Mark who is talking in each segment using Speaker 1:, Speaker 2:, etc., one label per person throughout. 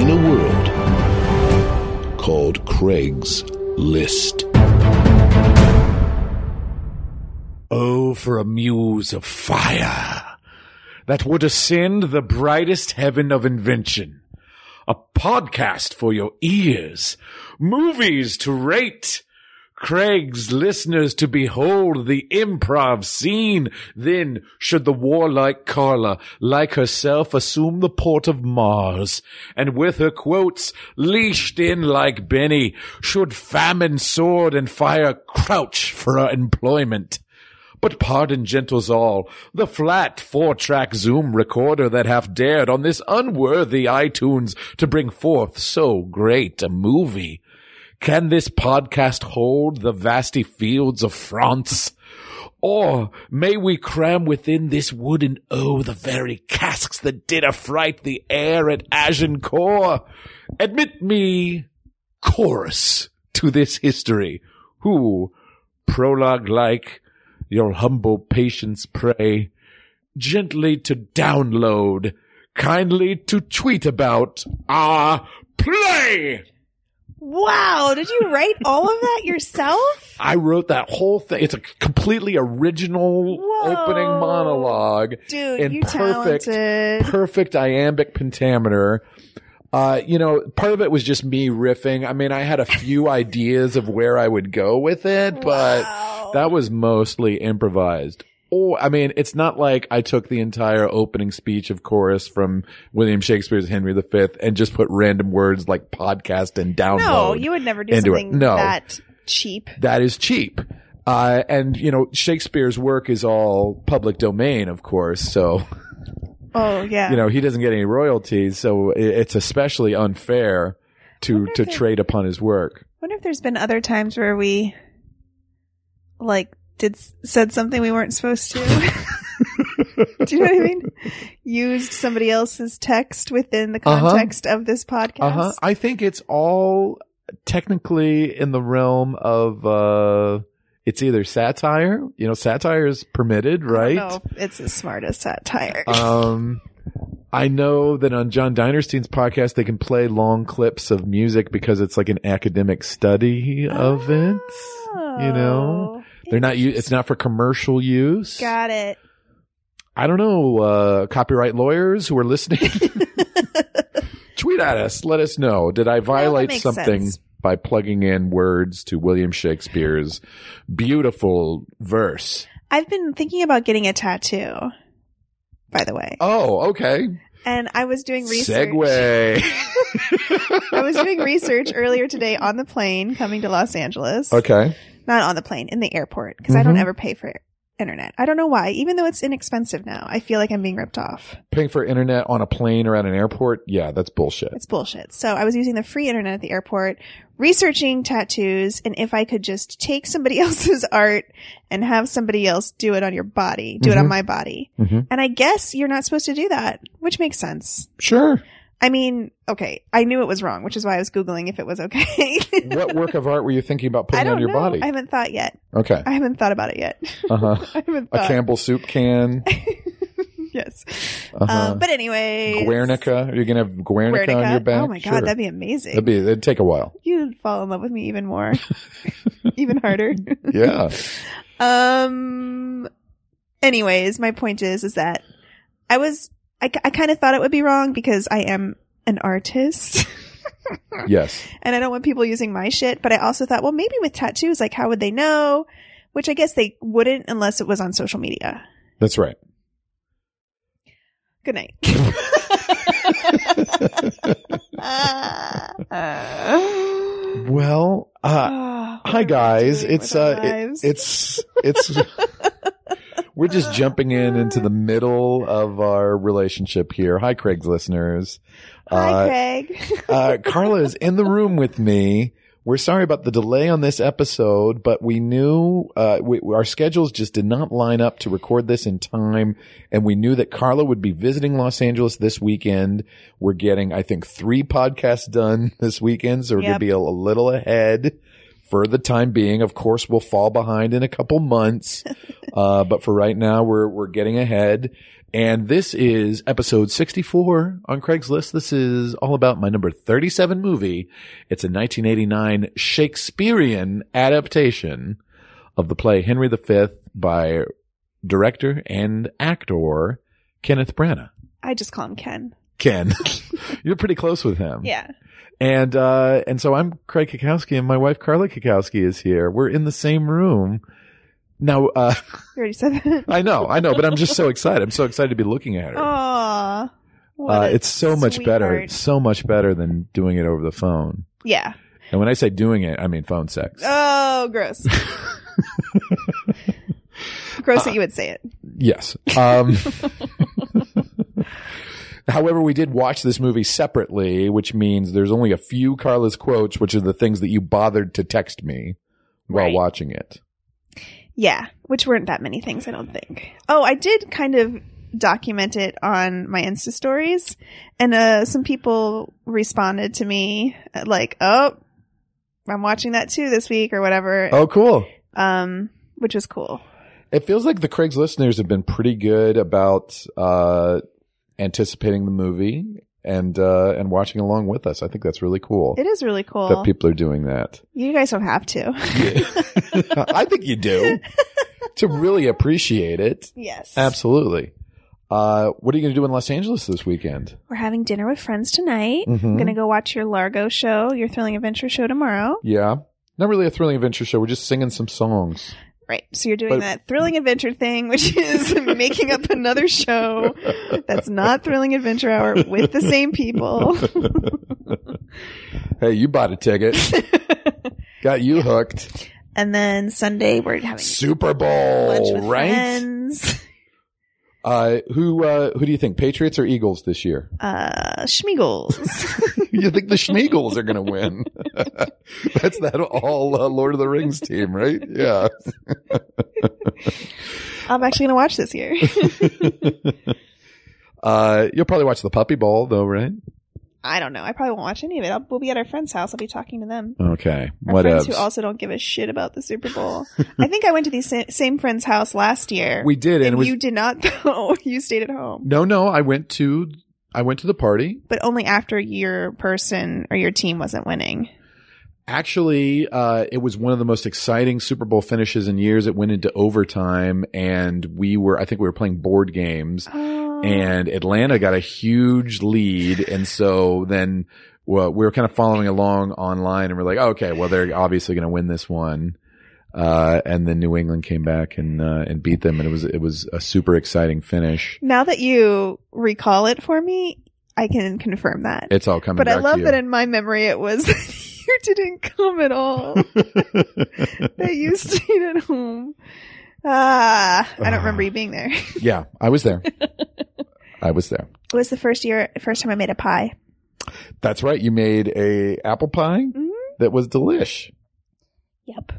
Speaker 1: in a world called Craig's List.
Speaker 2: Oh, for a muse of fire that would ascend the brightest heaven of invention. A podcast for your ears, movies to rate, Craig's listeners to behold the improv scene. Then should the warlike Carla, like herself, assume the port of Mars, and with her quotes leashed in like Benny, should famine sword and fire crouch for her employment. But pardon, gentles all, the flat four track Zoom recorder that hath dared on this unworthy iTunes to bring forth so great a movie. Can this podcast hold the vasty fields of France? Or may we cram within this wooden O the very casks that did affright the air at Agincourt? Admit me, chorus, to this history, who, prologue like, your humble patience pray, gently to download, kindly to tweet about, ah, play!
Speaker 3: Wow, did you write all of that yourself?
Speaker 2: I wrote that whole thing. It's a completely original
Speaker 3: Whoa.
Speaker 2: opening monologue
Speaker 3: Dude,
Speaker 2: in
Speaker 3: you
Speaker 2: perfect,
Speaker 3: talented.
Speaker 2: perfect iambic pentameter. Uh, you know, part of it was just me riffing. I mean, I had a few ideas of where I would go with it, but
Speaker 3: Wow.
Speaker 2: that was mostly improvised. Or, I mean, it's not like I took the entire opening speech of chorus from William Shakespeare's Henry V and just put random words like podcast and download.
Speaker 3: no, you would never do
Speaker 2: into it.
Speaker 3: something
Speaker 2: No.
Speaker 3: that cheap.
Speaker 2: that is cheap. Uh, and you know, Shakespeare's work is all public domain, of course. So,
Speaker 3: Oh yeah.
Speaker 2: you know, he doesn't get any royalties. So i- it's especially unfair to,
Speaker 3: Wonder
Speaker 2: to
Speaker 3: if it-
Speaker 2: trade upon his work.
Speaker 3: wonder if there's been other times where we like did said something we weren't supposed to. do you know what I mean? Used somebody else's text within the
Speaker 2: Uh-huh.
Speaker 3: context of this podcast.
Speaker 2: Uh huh. I think it's all technically in the realm of, uh, it's either satire, you know, satire is permitted,
Speaker 3: I
Speaker 2: right?
Speaker 3: don't know if Oh, it's as smart as satire.
Speaker 2: Um, I know that on John Dinerstein's podcast, they can play long clips of music because it's like an academic study of it.
Speaker 3: Ah,
Speaker 2: You know,
Speaker 3: Oh,
Speaker 2: they're not. u- It's not for commercial use.
Speaker 3: Got it.
Speaker 2: I don't know. Uh, copyright lawyers who are listening, tweet at us. Let us know. Did I violate
Speaker 3: makes
Speaker 2: something
Speaker 3: sense.
Speaker 2: by plugging in words to William Shakespeare's beautiful verse?
Speaker 3: I've been thinking about getting a tattoo. By the way,
Speaker 2: Oh, okay.
Speaker 3: and I was doing research.
Speaker 2: Segway.
Speaker 3: I was doing research earlier today on the plane coming to Los Angeles.
Speaker 2: okay.
Speaker 3: Not on the plane, in the airport, because I don't
Speaker 2: Mhm.
Speaker 3: ever pay for internet. I don't know why. Even though it's inexpensive now, I feel like I'm being ripped off.
Speaker 2: paying for internet on a plane or at an airport, yeah, that's bullshit.
Speaker 3: It's bullshit. So I was using the free internet at the airport, researching tattoos, and if I could just take somebody else's art and have somebody else do it on your body, do it on
Speaker 2: Mhm.
Speaker 3: my body.
Speaker 2: Mhm.
Speaker 3: And I guess you're not supposed to do that, which makes sense.
Speaker 2: Sure.
Speaker 3: I mean, okay, I knew it was wrong, which is why I was Googling if it was okay.
Speaker 2: what work of art were you thinking about
Speaker 3: I
Speaker 2: putting
Speaker 3: don't
Speaker 2: on your
Speaker 3: know.
Speaker 2: body?
Speaker 3: I haven't thought yet.
Speaker 2: Okay.
Speaker 3: I haven't thought about it yet.
Speaker 2: Uh-huh.
Speaker 3: I haven't
Speaker 2: A
Speaker 3: thought.
Speaker 2: Campbell soup can.
Speaker 3: yes.
Speaker 2: Uh-huh.
Speaker 3: Um, but anyway,
Speaker 2: Guernica. Are you gonna have Guernica, on your back?
Speaker 3: Oh my god,
Speaker 2: Sure.
Speaker 3: that'd be amazing.
Speaker 2: That'd be it'd take a while.
Speaker 3: You'd fall in love with me even more, even harder.
Speaker 2: Yeah.
Speaker 3: Um. Anyways, my point is, is that I was, I, I kind of thought it would be wrong because I am an artist
Speaker 2: yes.
Speaker 3: and I don't want people using my shit. But I also thought, well, maybe with tattoos, like how would they know? Which I guess they wouldn't unless it was on social media.
Speaker 2: That's right.
Speaker 3: Good night.
Speaker 2: Well, uh
Speaker 3: Ah,
Speaker 2: hi
Speaker 3: what are we
Speaker 2: guys.
Speaker 3: doing
Speaker 2: It's
Speaker 3: with our
Speaker 2: uh it-
Speaker 3: lives?
Speaker 2: it's it's We're just jumping in into the middle of our relationship here. Hi, Craig's listeners.
Speaker 3: Hi,
Speaker 2: Uh,
Speaker 3: Craig.
Speaker 2: uh, Carla is in the room with me. We're sorry about the delay on this episode, but we knew uh, we, our schedules just did not line up to record this in time, and we knew that Carla would be visiting Los Angeles this weekend. We're getting, I think, three podcasts done this weekend, so we're going
Speaker 3: Yep.
Speaker 2: to be a, a little ahead for the time being. Of course, we'll fall behind in a couple months, uh, but for right now, we're we're getting ahead. And this is episode 64 on Craigslist. This is all about my number 37 movie. It's a 1989 Shakespearean adaptation of the play Henry V by director and actor Kenneth Branagh.
Speaker 3: I just call him Ken.
Speaker 2: Ken, you're pretty close with him.
Speaker 3: Yeah.
Speaker 2: And, uh, and so I'm Craig Kakowski and my wife Carla Kakowski is here. We're in the same room. Now, uh,
Speaker 3: You already said that.
Speaker 2: I know, I know, but I'm just so excited. I'm so excited to be looking at her.
Speaker 3: Oh, Aw. What
Speaker 2: Uh,
Speaker 3: a
Speaker 2: it's so much better,
Speaker 3: sweetheart.
Speaker 2: so much better than doing it over the phone.
Speaker 3: Yeah.
Speaker 2: And when I say doing it, I mean phone sex.
Speaker 3: Oh, gross. gross
Speaker 2: Uh,
Speaker 3: that you would say it.
Speaker 2: yes. Um, however, we did watch this movie separately, which means there's only a few Carla's quotes, which are the things that you bothered to text me while
Speaker 3: Right.
Speaker 2: watching it.
Speaker 3: Yeah, which weren't that many things, I don't think. Oh, I did kind of document it on my Insta stories, and uh, some people responded to me uh, like, "Oh, I'm watching that too this week" or whatever,
Speaker 2: Oh, cool.
Speaker 3: um, which was cool.
Speaker 2: It feels like the Craig's listeners have been pretty good about uh, anticipating the movie and uh, and watching along with us. I think that's really cool
Speaker 3: It is really cool.
Speaker 2: that people are doing that.
Speaker 3: you guys don't have to.
Speaker 2: I think you do to really appreciate it.
Speaker 3: yes,
Speaker 2: Absolutely. Uh, what are you going to do in Los Angeles this weekend?
Speaker 3: We're having dinner with friends tonight.
Speaker 2: Mhm.
Speaker 3: I'm gonna go watch your Largo show, your Thrilling Adventure show tomorrow.
Speaker 2: Yeah. Not really a thrilling adventure show. We're just singing some songs.
Speaker 3: Right. So you're doing
Speaker 2: But-
Speaker 3: that thrilling adventure thing, which is making up another show that's not thrilling adventure hour with the same people.
Speaker 2: Hey, you bought a ticket. Got you hooked.
Speaker 3: and then Sunday we're having
Speaker 2: Super
Speaker 3: lunch with
Speaker 2: Bowl, right?
Speaker 3: friends.
Speaker 2: Uh, who uh, who do you think, Patriots or Eagles this year?
Speaker 3: Uh, Schmeagles.
Speaker 2: you think the Schmeagles are going to win? That's that all uh, Lord of the Rings team, right? Yeah.
Speaker 3: I'm actually gonna watch this year.
Speaker 2: Uh, you'll probably watch the Puppy Bowl though, right?
Speaker 3: I don't know. I probably won't watch any of it. I'll, we'll be at our friend's house. I'll be talking to them.
Speaker 2: Okay.
Speaker 3: Our
Speaker 2: What
Speaker 3: friends who
Speaker 2: else?
Speaker 3: also don't give a shit about the Super Bowl. I think I went to the sa- same friend's house last year.
Speaker 2: we did, and it
Speaker 3: and
Speaker 2: was
Speaker 3: you did not though. you stayed at home.
Speaker 2: no, no. I went to I went to the party.
Speaker 3: but only after your person or your team wasn't winning.
Speaker 2: Actually, uh, it was one of the most exciting Super Bowl finishes in years. It went into overtime, and we were I think we were playing board games,
Speaker 3: Oh.
Speaker 2: and Atlanta got a huge lead, and so then well, we were kind of following along online, and we're like, okay, well they're obviously going to win this one. Uh, and then New England came back and uh, and beat them, and it was it was a super exciting finish.
Speaker 3: now that you recall it for me, I can confirm that.
Speaker 2: It's all coming.
Speaker 3: but I
Speaker 2: back
Speaker 3: love
Speaker 2: to you.
Speaker 3: that in my memory it was you didn't come at all. that you stayed at home. Ah, I don't remember you being there. It
Speaker 2: Yeah, I was there. I was there.
Speaker 3: was the first year, first time I made a pie.
Speaker 2: That's right. You made a apple pie
Speaker 3: Mhm.
Speaker 2: that was delish.
Speaker 3: Yep,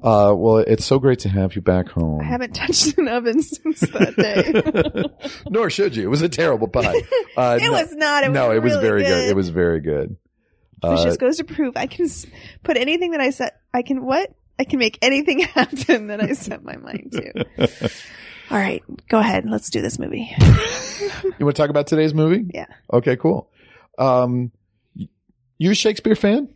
Speaker 2: Uh, well, it's so great to have you back home.
Speaker 3: I haven't touched an oven since that day.
Speaker 2: Nor should you. It was a terrible pie. Uh,
Speaker 3: it was not. It was
Speaker 2: no, it was
Speaker 3: really
Speaker 2: very good. It was very good.
Speaker 3: Which
Speaker 2: Uh,
Speaker 3: just goes to prove I can s- put anything that I set. I can what? I can make anything happen that I set my mind to. All right, go ahead. Let's do this movie.
Speaker 2: you want to talk about today's movie?
Speaker 3: Yeah.
Speaker 2: Okay. Cool. Um, y- you a Shakespeare fan?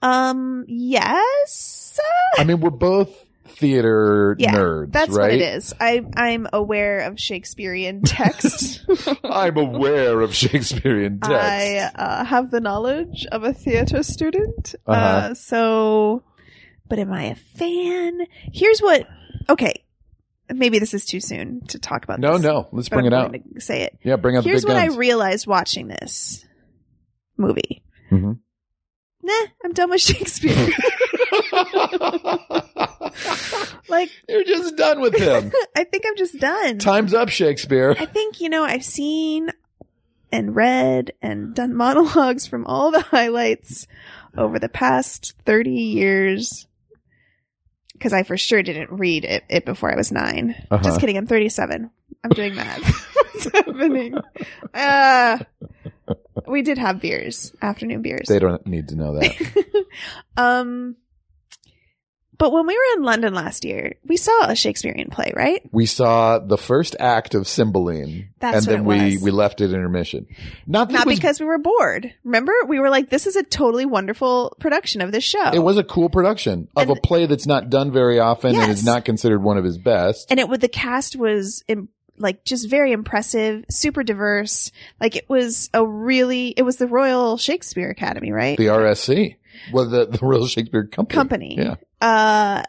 Speaker 3: Um. Yes.
Speaker 2: I mean, we're both theater
Speaker 3: Yeah,
Speaker 2: nerds,
Speaker 3: That's
Speaker 2: right?
Speaker 3: what it is. I I'm aware of Shakespearean text.
Speaker 2: I'm aware of Shakespearean text.
Speaker 3: I uh, have the knowledge of a theater student. uh
Speaker 2: Uh-huh.
Speaker 3: so, but am I a fan? Here's what. Okay, maybe this is too soon to talk about.
Speaker 2: no,
Speaker 3: this,
Speaker 2: no. Let's
Speaker 3: uh, but
Speaker 2: bring
Speaker 3: I'm
Speaker 2: it out.
Speaker 3: going to say it.
Speaker 2: Yeah, bring out
Speaker 3: Here's
Speaker 2: the big
Speaker 3: what
Speaker 2: guns.
Speaker 3: I realized watching this movie.
Speaker 2: Mhm.
Speaker 3: Nah, I'm done with Shakespeare. Like,
Speaker 2: You're just done with him.
Speaker 3: I think I'm just done.
Speaker 2: Time's up, Shakespeare.
Speaker 3: I think, you know, I've seen and read and done monologues from all the highlights over the past 30 years. Because I for sure didn't read it, it before I was 9
Speaker 2: Uh-huh.
Speaker 3: Just kidding. I'm 37. I'm doing math. What's happening? Uh, we did have beers, afternoon beers.
Speaker 2: They don't need to know that.
Speaker 3: um, but when we were in London last year, we saw a Shakespearean play, right?
Speaker 2: We saw the first act of Cymbeline, and
Speaker 3: That's
Speaker 2: then
Speaker 3: what it
Speaker 2: we
Speaker 3: was.
Speaker 2: we left it intermission. Not that
Speaker 3: Not
Speaker 2: it was,
Speaker 3: because we were bored. Remember, we were like, "This is a totally wonderful production of this show."
Speaker 2: it was a cool production of
Speaker 3: And-
Speaker 2: a play that's not done very often and is
Speaker 3: Yes.
Speaker 2: not considered one of his best.
Speaker 3: and it was the cast was Im- like just very impressive, super diverse. Like it was a really, it was the Royal Shakespeare Academy, right?
Speaker 2: the RSC, well, the the Royal Shakespeare Company.
Speaker 3: Company.
Speaker 2: Yeah.
Speaker 3: Uh,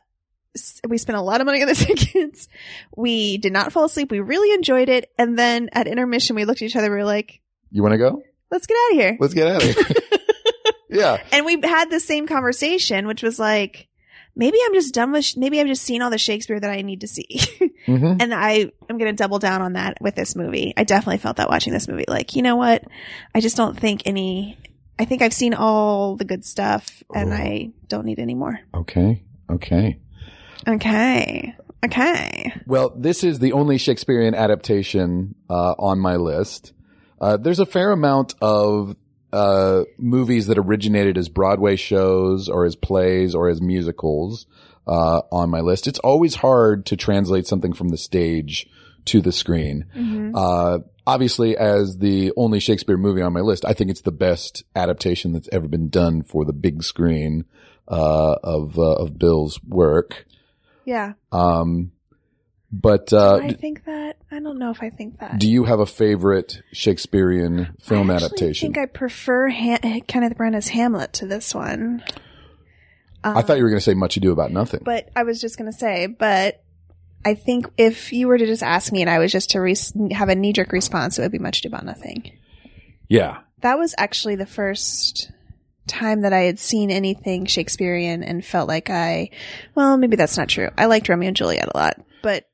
Speaker 3: s- we spent a lot of money on the tickets. We did not fall asleep. We really enjoyed it. And then at intermission, we looked at each other. We were like,
Speaker 2: You want to go?
Speaker 3: let's get out of here.
Speaker 2: Let's get out of here. yeah.
Speaker 3: and we had the same conversation, which was like, maybe I'm just done with, sh- maybe I've just seen all the Shakespeare that I need to see.
Speaker 2: hmm
Speaker 3: and I am going to double down on that with this movie. I definitely felt that watching this movie. Like, you know what? I just don't think any, I think I've seen all the good stuff and
Speaker 2: Ooh.
Speaker 3: I don't need any more.
Speaker 2: Okay. Okay.
Speaker 3: Okay. Okay.
Speaker 2: Well, this is the only Shakespearean adaptation uh, on my list. Uh, there's a fair amount of uh, movies that originated as Broadway shows or as plays or as musicals uh, on my list. It's always hard to translate something from the stage to the screen. Uh, obviously, as the only Shakespeare movie on my list, I think it's the best adaptation that's ever been done for the big screen uh, of uh, of Bill's work.
Speaker 3: Yeah.
Speaker 2: Um, but uh,
Speaker 3: I
Speaker 2: d-
Speaker 3: think that, I don't know if I think that.
Speaker 2: do you have a favorite Shakespearean film
Speaker 3: I actually
Speaker 2: adaptation?
Speaker 3: think I prefer ha- Kenneth Branagh's Hamlet to this one.
Speaker 2: I, thought you were going to say Much Ado About Nothing.
Speaker 3: but I was just going to say, but I think if you were to just ask me and I was just to re- have a knee jerk response, it would be much ado about nothing.
Speaker 2: yeah,
Speaker 3: That was actually the first time that I had seen anything Shakespearean and felt like I, well, maybe that's not true. I liked Romeo and Juliet a lot, but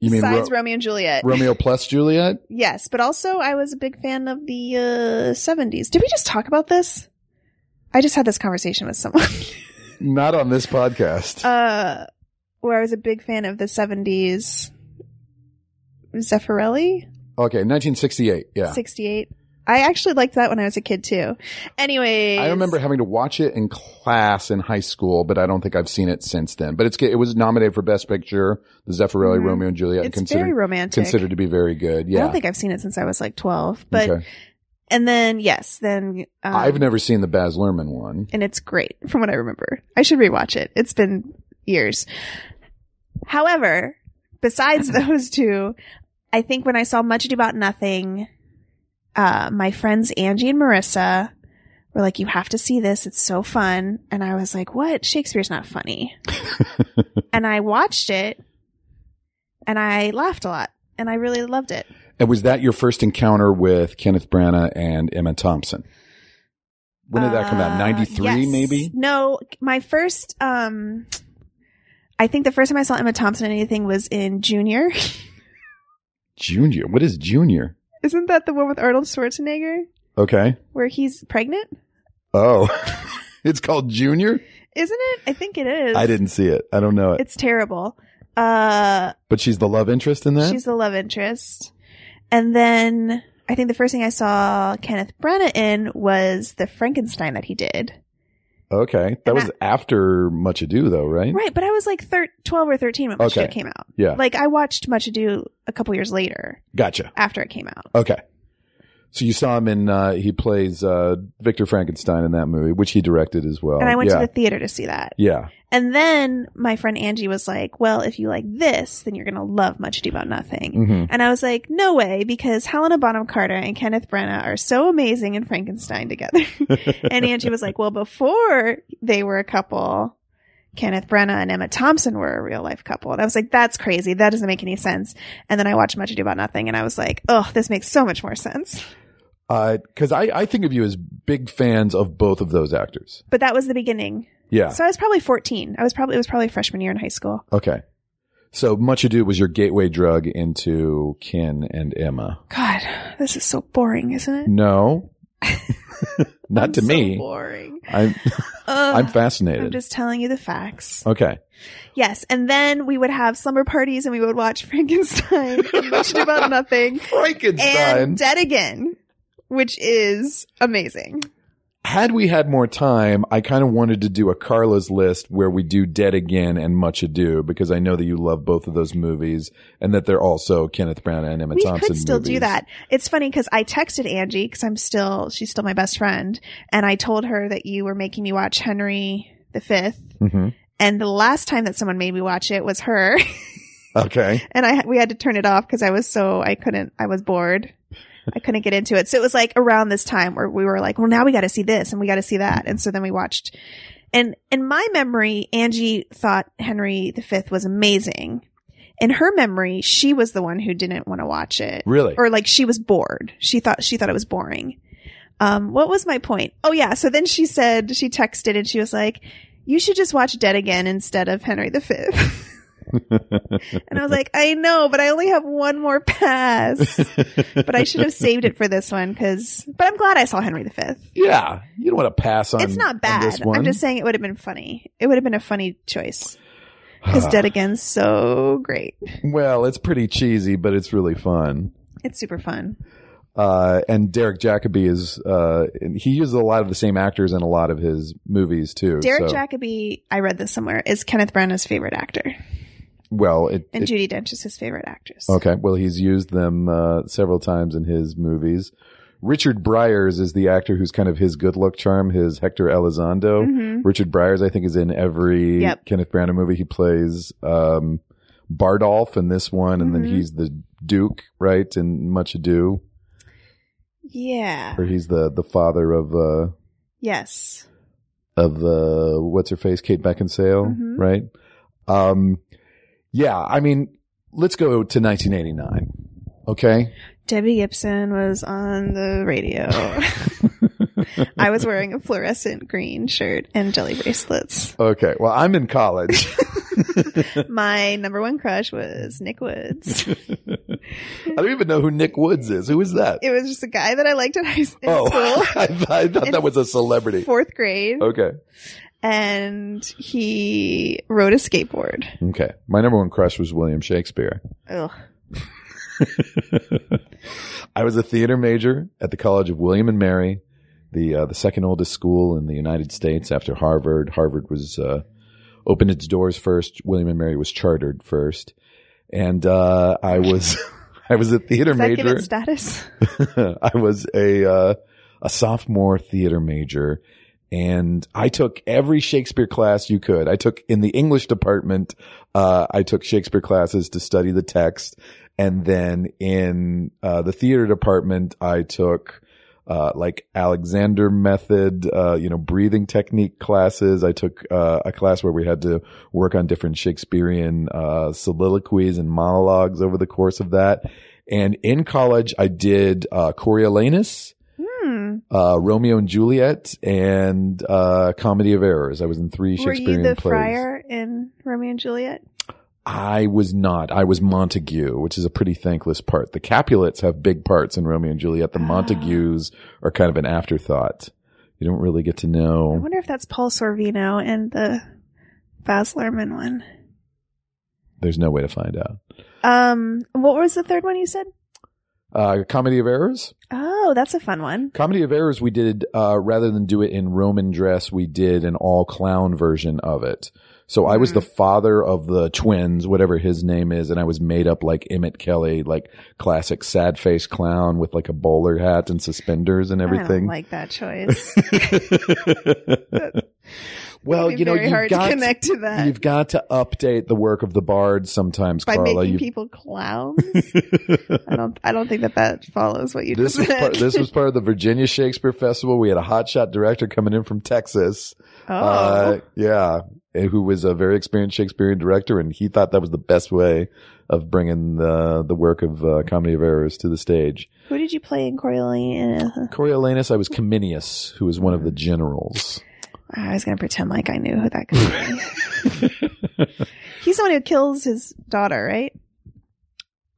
Speaker 2: you mean
Speaker 3: besides
Speaker 2: Ro-
Speaker 3: Romeo and Juliet,
Speaker 2: Romeo plus Juliet?
Speaker 3: yes, but also I was a big fan of the uh, 70s. Did we just talk about this? I just had this conversation with someone.
Speaker 2: Not on this podcast.
Speaker 3: uh, where I was a big fan of the 70s Zeffirelli,
Speaker 2: okay, 1968. Yeah,
Speaker 3: 68. I actually liked that when I was a kid too. Anyways.
Speaker 2: I remember having to watch it in class in high school, but I don't think I've seen it since then. But it's it was nominated for Best Picture, the Zeffirelli
Speaker 3: Mhm.
Speaker 2: Romeo and Juliet, and
Speaker 3: it's very
Speaker 2: considered
Speaker 3: romantic.
Speaker 2: considered to be very good. Yeah,
Speaker 3: I don't think I've seen it since I was like 12, but,
Speaker 2: Okay.
Speaker 3: and then, yes, then, um,
Speaker 2: I've never seen the Baz Luhrmann one.
Speaker 3: and it's great from what I remember. I should rewatch it. It's been years. However, besides those two, I think when I saw Much Ado About Nothing, uh, my friends Angie and Marissa were like, "You have to see this. It's so fun." And I was like, "What? Shakespeare's not funny." and I watched it, and I laughed a lot, and I really loved it.
Speaker 2: And was that your first encounter with Kenneth Branagh and Emma Thompson? When did that come out?
Speaker 3: Uh,
Speaker 2: 93
Speaker 3: yes.
Speaker 2: maybe?
Speaker 3: No, my first um I think the first time I saw Emma Thompson in anything was in Junior.
Speaker 2: Junior. What is junior?
Speaker 3: Isn't that the one with Arnold Schwarzenegger
Speaker 2: Okay.
Speaker 3: where he's pregnant?
Speaker 2: Oh. it's called Junior?
Speaker 3: Isn't it? I think it is.
Speaker 2: I didn't see it. I don't know it.
Speaker 3: It's terrible. Uh
Speaker 2: But she's the love interest in that?
Speaker 3: she's the love interest. And then I think the first thing I saw Kenneth Branagh in was the Frankenstein that he did.
Speaker 2: okay. That
Speaker 3: And
Speaker 2: was after Much Ado though, right?
Speaker 3: Right, but I was like thir- 12 or 13 when Much Ado
Speaker 2: Hmm? Okay.
Speaker 3: came out.
Speaker 2: Yeah.
Speaker 3: Like I watched Much Ado a couple years later
Speaker 2: Gotcha.
Speaker 3: after it came out.
Speaker 2: Okay. So you saw him in uh he plays uh Victor Frankenstein in that movie, which he directed as well.
Speaker 3: and I went
Speaker 2: yeah.
Speaker 3: to the theater to see that.
Speaker 2: yeah.
Speaker 3: And then my friend Angie was like, "Well, if you like this, then you're gonna love Much Ado About Nothing."
Speaker 2: hmm
Speaker 3: And I was like, "No way," because Helena Bonham Carter and Kenneth Branagh are so amazing in Frankenstein together.
Speaker 2: Mm-hmm.
Speaker 3: and Angie was like, "Well, before they were a couple." Kenneth Branagh and Emma Thompson were a real life couple. And I was like, that's crazy. That doesn't make any sense. And then I watched Much Ado About Nothing and I was like, oh, this makes so much more sense.
Speaker 2: because Uh, I, I think of you as big fans of both of those actors.
Speaker 3: But that was the beginning.
Speaker 2: Yeah.
Speaker 3: So I was probably 14. I was probably, it was probably freshman year in high school.
Speaker 2: Okay. So Much Ado was your gateway drug into Kin and Emma.
Speaker 3: God, this is so boring, isn't it?
Speaker 2: No. Not
Speaker 3: I'm
Speaker 2: to
Speaker 3: so
Speaker 2: me.
Speaker 3: boring.
Speaker 2: I'm
Speaker 3: Ugh.
Speaker 2: I'm Oh. fascinated.
Speaker 3: I'm just telling you the facts.
Speaker 2: okay.
Speaker 3: Yes, and then we would have slumber parties and we would watch Frankenstein, and Much Ado About Nothing,
Speaker 2: Frankenstein.
Speaker 3: and Dead Again, which is amazing.
Speaker 2: Had we had more time, I kind of wanted to do a Carla's list where we do Dead Again and Much Ado because I know that you love both of those movies and that they're also Kenneth Brown and Emma
Speaker 3: we
Speaker 2: Thompson
Speaker 3: could still do
Speaker 2: movies.
Speaker 3: that. It's funny because I texted Angie because I'm still she's still my best friend, and I told her that you were making me watch Henry the Fifth,
Speaker 2: Mhm.
Speaker 3: and the last time that someone made me watch it was her,
Speaker 2: Okay.
Speaker 3: and I we had to turn it off because I was so I couldn't I was bored. I couldn't get into it. So it was like around this time where we were like, well, now we got to see this and we got to see that. And so then we watched. And in my memory, Angie thought Henry V was amazing. In her memory, she was the one who didn't want to watch it
Speaker 2: Really?
Speaker 3: or like she was bored. She thought she thought it was boring. Um, what was my point? Oh yeah, so then she said she texted and she was like, "You should just watch Dead Again instead of Henry V." and I was like, "I know, but I only have one more pass. but I should have saved it for this one because. But I'm glad I saw Henry V.
Speaker 2: yeah. You don't want to pass on
Speaker 3: It's not
Speaker 2: on
Speaker 3: bad.
Speaker 2: this one.
Speaker 3: I'm just saying it would have been funny. It would have been a funny choice
Speaker 2: Ah.
Speaker 3: because Dead Again's so great.
Speaker 2: Well, it's pretty cheesy, but it's really fun.
Speaker 3: It's super fun.
Speaker 2: Uh, and Derek Jacobi is, uh, and he uses a lot of the same actors in a lot of his movies too.
Speaker 3: Derek
Speaker 2: so-
Speaker 3: Jacobi, I read this somewhere, is Kenneth Branagh's favorite actor.
Speaker 2: Well, it,
Speaker 3: And
Speaker 2: it-
Speaker 3: Judy Dench is his favorite actress.
Speaker 2: okay. Well, he's used them, uh, several times in his movies. Richard Bryars is the actor who's kind of his good luck charm, his Hector Elizondo.
Speaker 3: Mhm.
Speaker 2: Richard Bryars, I think, is in every
Speaker 3: Yep.
Speaker 2: Kenneth Branagh movie. He plays, um, Bardolph in this one, and
Speaker 3: Mhm.
Speaker 2: then he's the Duke, right? In Much Ado,
Speaker 3: Yeah.
Speaker 2: or he's the, the father of, uh,
Speaker 3: Yes.
Speaker 2: of uh, what's her face, Kate Beckinsale,
Speaker 3: Mhm.
Speaker 2: right? Um, yeah, I mean, let's go to 1989. Okay,
Speaker 3: Debbie Gibson was on the radio. I was wearing a fluorescent green shirt and jelly bracelets.
Speaker 2: okay. Well, I'm in college.
Speaker 3: My number one crush was Nick Woods.
Speaker 2: I don't even know who Nick Woods is. Who is that?
Speaker 3: It was just a guy that I liked in high in
Speaker 2: oh,
Speaker 3: school.
Speaker 2: I, th- I thought that was a celebrity.
Speaker 3: Fourth grade,
Speaker 2: Okay,
Speaker 3: and he rode a skateboard.
Speaker 2: okay. My number one crush was William Shakespeare.
Speaker 3: Ugh.
Speaker 2: I was a theater major at the College of William and Mary, the uh, the second oldest school in the United States after Harvard. Harvard was uh, opened its doors first. William and Mary was chartered first, and uh, I was I was a theater
Speaker 3: Does that give
Speaker 2: major.
Speaker 3: it status?
Speaker 2: I was a uh, a sophomore theater major, and I took every Shakespeare class you could. I took in the English department. Uh, I took Shakespeare classes to study the text, and then in uh, the theater department, I took. Uh, like Alexander method, uh, you know, breathing technique classes. I took, uh, a class where we had to work on different Shakespearean, uh, soliloquies and monologues over the course of that. And in college, I did uh, Coriolanus,
Speaker 3: Hmm.
Speaker 2: uh, Romeo and Juliet, and uh, Comedy of Errors. I was in three
Speaker 3: Were
Speaker 2: Shakespearean
Speaker 3: you the
Speaker 2: plays.
Speaker 3: friar in Romeo and Juliet?
Speaker 2: I was not. I was Montague, which is a pretty thankless part. The Capulets have big parts in Romeo and Juliet. The
Speaker 3: Ah.
Speaker 2: Montagues are kind of an afterthought. You don't really get to
Speaker 3: I
Speaker 2: know
Speaker 3: wonder if that's Paul Sorvino and the Baz Luhrmann one.
Speaker 2: there's no way to find out.
Speaker 3: Um, what was the third one you said?
Speaker 2: Uh, Comedy of Errors?
Speaker 3: Oh, that's a fun one.
Speaker 2: Comedy of Errors, we did, uh, rather than do it in Roman dress, we did an all clown version of it. So I was
Speaker 3: Mhm.
Speaker 2: the father of the twins, whatever his name is, and I was made up like Emmett Kelly, like classic sad face clown with like a bowler hat and suspenders and
Speaker 3: I don't
Speaker 2: everything.
Speaker 3: like that choice.
Speaker 2: Well,
Speaker 3: It'd be
Speaker 2: you know,
Speaker 3: very
Speaker 2: you've
Speaker 3: hard
Speaker 2: got
Speaker 3: to connect to that
Speaker 2: You've got to update the work of the bard sometimes,
Speaker 3: by
Speaker 2: Carla.
Speaker 3: making
Speaker 2: You've-
Speaker 3: people clowns. I don't. I don't think that that follows what you
Speaker 2: this was
Speaker 3: just said.
Speaker 2: part, this was part of the Virginia Shakespeare Festival. We had a hotshot director coming in from Texas.
Speaker 3: oh,
Speaker 2: Uh, yeah, and who was a very experienced Shakespearean director, and he thought that was the best way of bringing the the work of uh, comedy of errors to the stage.
Speaker 3: who did you play in Coriolanus?
Speaker 2: Coriolanus, I was Cominius, who was one of the generals.
Speaker 3: I was going to pretend like I knew who that could be. He's the one who kills his daughter, right?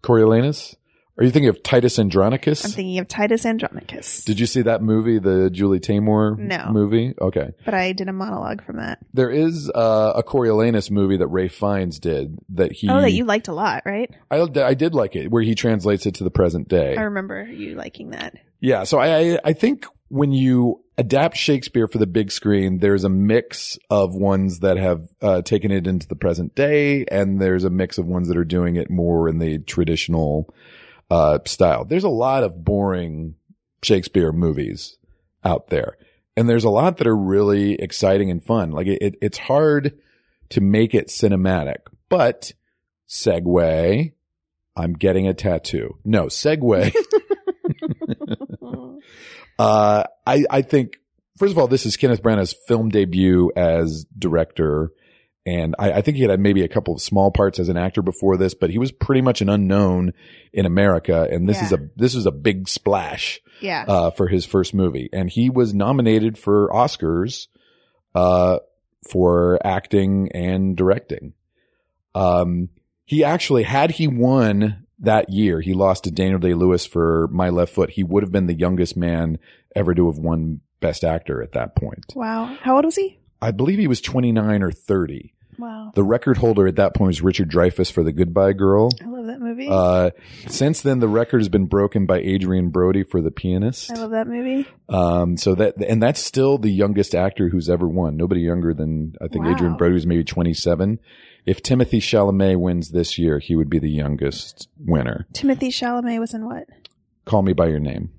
Speaker 2: Coriolanus, are you thinking of Titus Andronicus?
Speaker 3: I'm thinking of Titus Andronicus.
Speaker 2: Did you see that movie, the Julie Taymor
Speaker 3: No.
Speaker 2: movie? Okay.
Speaker 3: but I did a monologue from that.
Speaker 2: There is uh, a Coriolanus movie that Ray Fiennes did that he.
Speaker 3: Oh, that you liked a lot, right?
Speaker 2: I, I did like it, where he translates it to the present day.
Speaker 3: I remember you liking that.
Speaker 2: Yeah. So I, I, I think when you adapt Shakespeare for the big screen, there's a mix of ones that have uh, taken it into the present day, and there's a mix of ones that are doing it more in the traditional uh, style. There's a lot of boring Shakespeare movies out there, and there's a lot that are really exciting and fun. Like it, it it's hard to make it cinematic, but segue. I'm getting a tattoo. No, segue.
Speaker 3: Oh,
Speaker 2: Uh, I, I think, first of all, this is Kenneth Branagh's film debut as director. And I, I think he had had maybe a couple of small parts as an actor before this, but he was pretty much an unknown in America. And this is
Speaker 3: Yeah.
Speaker 2: a, this is a big splash,
Speaker 3: yeah.
Speaker 2: uh, for his first movie. And he was nominated for Oscars, uh, for acting and directing. Um, he actually, had he won that year, he lost to Daniel Day Lewis for My Left Foot. He would have been the youngest man ever to have won Best Actor at that point.
Speaker 3: wow. How old was he?
Speaker 2: I believe he was 29 or 30.
Speaker 3: Wow.
Speaker 2: The record holder at that point was Richard Dreyfuss for The Goodbye Girl.
Speaker 3: I love that movie.
Speaker 2: Uh, since then, the record has been broken by Adrian Brody for The Pianist.
Speaker 3: I love that movie.
Speaker 2: Um, so that, and that's still the youngest actor who's ever won. Nobody younger than, I think
Speaker 3: Wow.
Speaker 2: Adrian Brody was maybe 27. If Timothy Chalamet wins this year, he would be the youngest winner.
Speaker 3: Timothy Chalamet was in what?
Speaker 2: Call me by your name.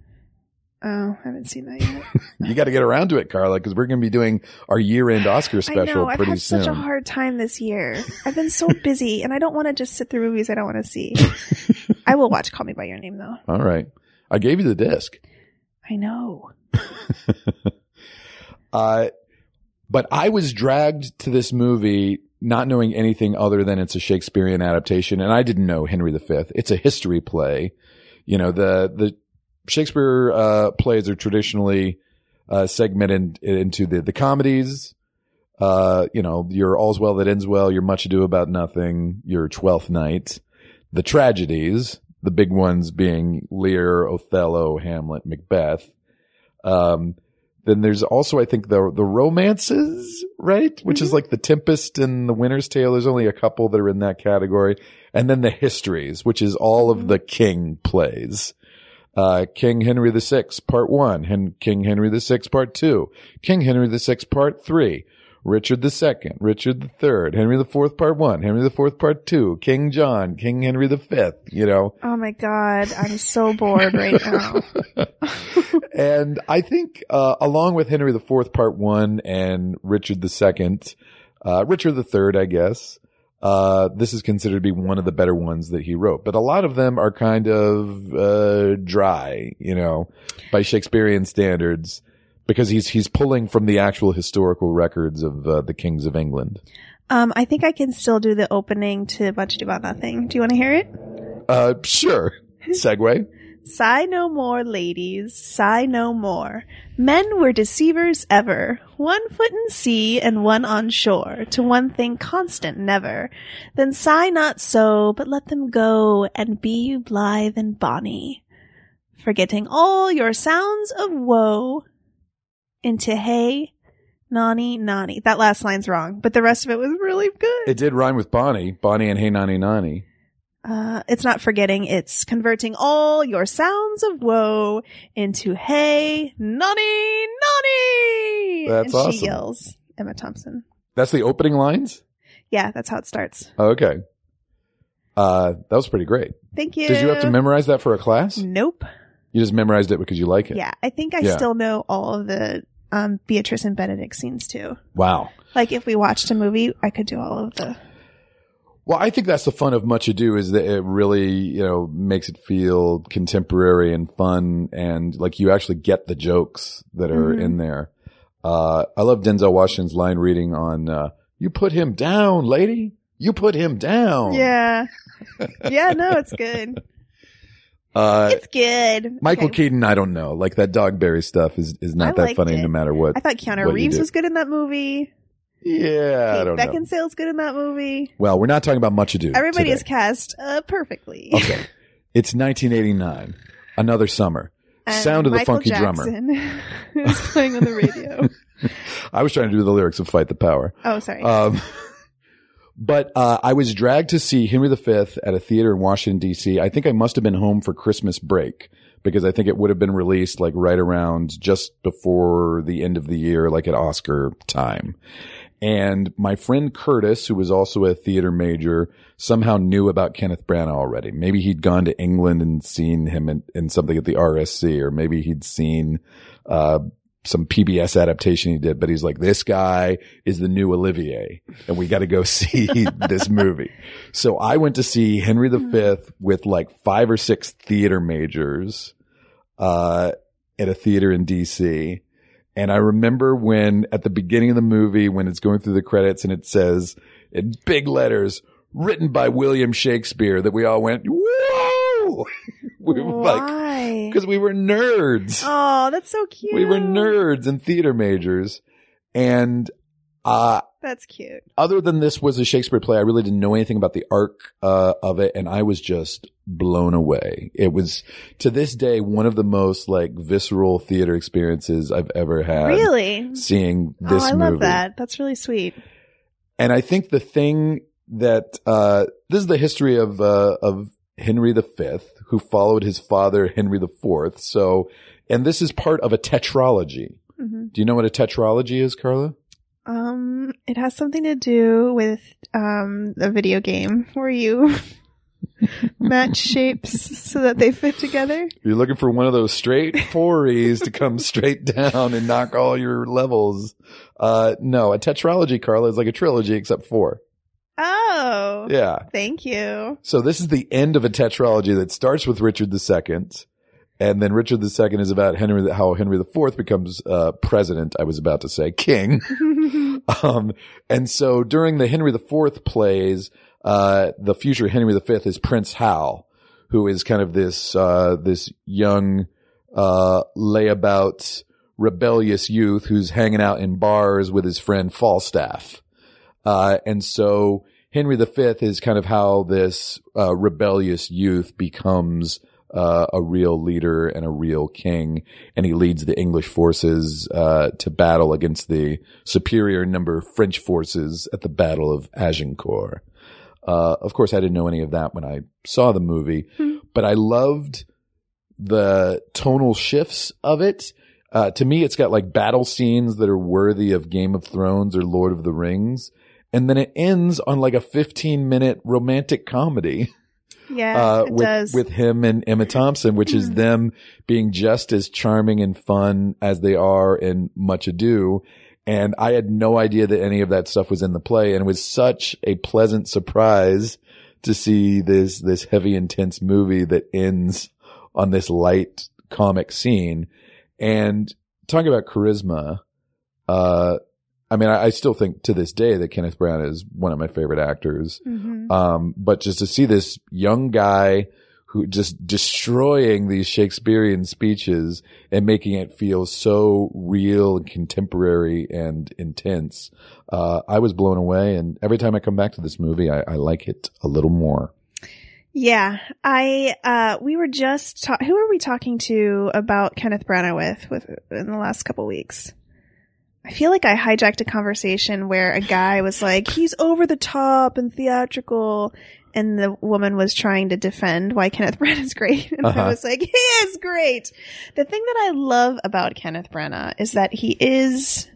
Speaker 3: Oh, I haven't seen that yet.
Speaker 2: You got to get around to it, Carla, because we're going to be doing our year end Oscar
Speaker 3: I
Speaker 2: special
Speaker 3: know. I've
Speaker 2: pretty
Speaker 3: had
Speaker 2: soon.
Speaker 3: such a hard time this year. I've been so busy, and I don't want to just sit through movies I don't want to see. I will watch Call Me by Your Name though.
Speaker 2: All right. I gave you the disc.
Speaker 3: I know.
Speaker 2: Uh, but I was dragged to this movie not knowing anything other than it's a Shakespearean adaptation, and I didn't know Henry V. It's a history play. You know, the the Shakespeare uh, plays are traditionally uh, segmented into the the comedies. Uh, you know, your All's Well That Ends Well, your Much Ado About Nothing, your Twelfth Night, the tragedies, the big ones being Lear, Othello, Hamlet, Macbeth. Um, then there's also, I think, the the romances, right? Which is like the Tempest and the Winter's Tale. There's only a couple that are in that category, and then the histories, which is all of the King plays. Uh, King Henry VI, Part One, Hen- King Henry VI, Part Two, King Henry VI, Part Three, Richard II, Richard III, Henry IV, Part One, Henry IV, Part Two, King John, King Henry V. You know,
Speaker 3: Oh my god, I'm so bored right now.
Speaker 2: and I think, uh, along with Henry IV, Part One, and Richard II, uh, Richard III, I guess, uh, this is considered to be one of the better ones that he wrote. But a lot of them are kind of uh, dry, you know, by Shakespearean standards, because he's he's pulling from the actual historical records of uh, the kings of England.
Speaker 3: Um, I think I can still do the opening to Much Ado About Nothing. Do you want to hear it?
Speaker 2: Uh, sure. Segue.
Speaker 3: Sigh no more, ladies. Sigh no more. Men were deceivers ever. One foot in sea and one on shore. To one thing constant never. Then sigh not so, but let them go and be you blithe and bonny. Forgetting all your sounds of woe into hey, nonny, nonny. That last line's wrong, but the rest of it was really good.
Speaker 2: It did rhyme with Bonnie, Bonnie and Hey Nani Nani.
Speaker 3: Uh, it's not forgetting, it's converting all your sounds of woe into hey, nonny, nonny!
Speaker 2: That's
Speaker 3: and
Speaker 2: awesome.
Speaker 3: she yells, Emma Thompson.
Speaker 2: That's the opening lines.
Speaker 3: Yeah, that's how it starts.
Speaker 2: Okay. Uh, that was pretty great.
Speaker 3: Thank you.
Speaker 2: Did you have to memorize that for a class?
Speaker 3: Nope.
Speaker 2: You just memorized it because you like it.
Speaker 3: Mm. Yeah, I think I
Speaker 2: Yeah.
Speaker 3: still know all of the um, Beatrice and Benedict scenes too.
Speaker 2: Wow.
Speaker 3: Like if we watched a movie, I could do all of the.
Speaker 2: Well, I think that's the fun of Much Ado is that it really, you know, makes it feel contemporary and fun and like you actually get the jokes that are
Speaker 3: Mhm.
Speaker 2: in there. Uh, I love Denzel Washington's line reading on, uh, you put him down, lady. You put him down.
Speaker 3: Yeah. yeah. No, it's good.
Speaker 2: Uh,
Speaker 3: It's good.
Speaker 2: Michael
Speaker 3: Okay.
Speaker 2: Keaton, I don't know. Like that Dogberry stuff is, is
Speaker 3: I
Speaker 2: not that
Speaker 3: liked
Speaker 2: funny
Speaker 3: it.
Speaker 2: no matter what.
Speaker 3: I thought Keanu
Speaker 2: what you
Speaker 3: Reeves
Speaker 2: do.
Speaker 3: was good in that movie.
Speaker 2: yeah, I
Speaker 3: Kate
Speaker 2: don't know.
Speaker 3: Beckinsale's good in that movie.
Speaker 2: Well, we're not talking about Much Ado.
Speaker 3: Everybody
Speaker 2: today.
Speaker 3: is cast uh, perfectly.
Speaker 2: Okay. It's 1989. Another summer.
Speaker 3: And
Speaker 2: Sound of the
Speaker 3: Michael
Speaker 2: Funky Drummer.
Speaker 3: Jackson is playing on the radio.
Speaker 2: I was trying to do the lyrics of Fight the Power.
Speaker 3: Oh, sorry.
Speaker 2: Um, but uh, I was dragged to see Henry V at a theater in Washington, D.C. I think I must have been home for Christmas break because I think it would have been released like right around just before the end of the year, like at Oscar time. And my friend Curtis, who was also a theater major, somehow knew about Kenneth Branagh already. Maybe he'd gone to England and seen him in, in something at the RSC, or maybe he'd seen uh, some PBS adaptation he did. But he's like, this guy is the new Olivier, and we got to go see this movie. So I went to see Henry
Speaker 3: Hmm.
Speaker 2: V with like five or six theater majors uh, at a theater in DC. And I remember when at the beginning of the movie, when it's going through the credits and it says in big letters, written by William Shakespeare, that we all went, whoa! we were like,
Speaker 3: Why?
Speaker 2: because we were nerds.
Speaker 3: oh, that's so cute.
Speaker 2: we were nerds and theater majors. And, uh,
Speaker 3: That's cute.
Speaker 2: other than this was a Shakespeare play, I really didn't know anything about the arc uh, of it, and I was just blown away. It was to this day one of the most like visceral theater experiences I've ever had.
Speaker 3: really?
Speaker 2: Seeing this
Speaker 3: oh, I
Speaker 2: movie,
Speaker 3: love that. That's really sweet.
Speaker 2: and I think the thing that uh, this is the history of uh, of Henry V, who followed his father Henry IV. So, and this is part of a tetralogy.
Speaker 3: hmm
Speaker 2: Do you know what a tetralogy is, Carla?
Speaker 3: Um, it has something to do with um a video game where you match shapes so that they fit together.
Speaker 2: You're looking for one of those straight fourries to come straight down and knock all your levels. Uh, no, a tetralogy, Carla, is like a trilogy except four.
Speaker 3: Oh,
Speaker 2: Yeah.
Speaker 3: thank you.
Speaker 2: So this is the end of a tetralogy that starts with Richard II. And then Richard II is about Henry, how Henry IV becomes, uh, president, I was about to say, king. Um, and so during the Henry IV plays, uh, the future Henry V is Prince Hal, who is kind of this, uh, this young, uh, layabout rebellious youth who's hanging out in bars with his friend Falstaff. Uh, and so Henry V is kind of how this, uh, rebellious youth becomes, uh, a real leader and a real king. And he leads the English forces, uh, to battle against the, superior number of French forces at the Battle of Agincourt. Uh, of course, I didn't know any of that when I saw the movie,
Speaker 3: Hmm.
Speaker 2: but I loved the tonal shifts of it. Uh, to me, it's got like battle scenes that are worthy of Game of Thrones or Lord of the Rings. And then it ends on like a 15 minute romantic comedy,
Speaker 3: Yeah,
Speaker 2: uh,
Speaker 3: it
Speaker 2: with,
Speaker 3: does.
Speaker 2: with him and Emma Thompson, which is
Speaker 3: Mhm.
Speaker 2: them being just as charming and fun as they are in Much Ado. And I had no idea that any of that stuff was in the play. And it was such a pleasant surprise to see this, this heavy, intense movie that ends on this light comic scene. And talking about charisma, uh, I mean, I, I still think to this day that Kenneth Brown is one of my favorite actors.
Speaker 3: Mhm.
Speaker 2: Um, but just to see this young guy who just destroying these Shakespearean speeches and making it feel so real and contemporary and intense. Uh, I was blown away. And every time I come back to this movie, I, I like it a little more.
Speaker 3: Yeah, I uh we were just ta- who were we talking to about Kenneth Branagh with with in the last couple weeks? I feel like I hijacked a conversation where a guy was like, "He's over the top and theatrical," and the woman was trying to defend why Kenneth Branagh is great, and
Speaker 2: Uh-huh.
Speaker 3: I was like, "He is great." The thing that I love about Kenneth Branagh is that he is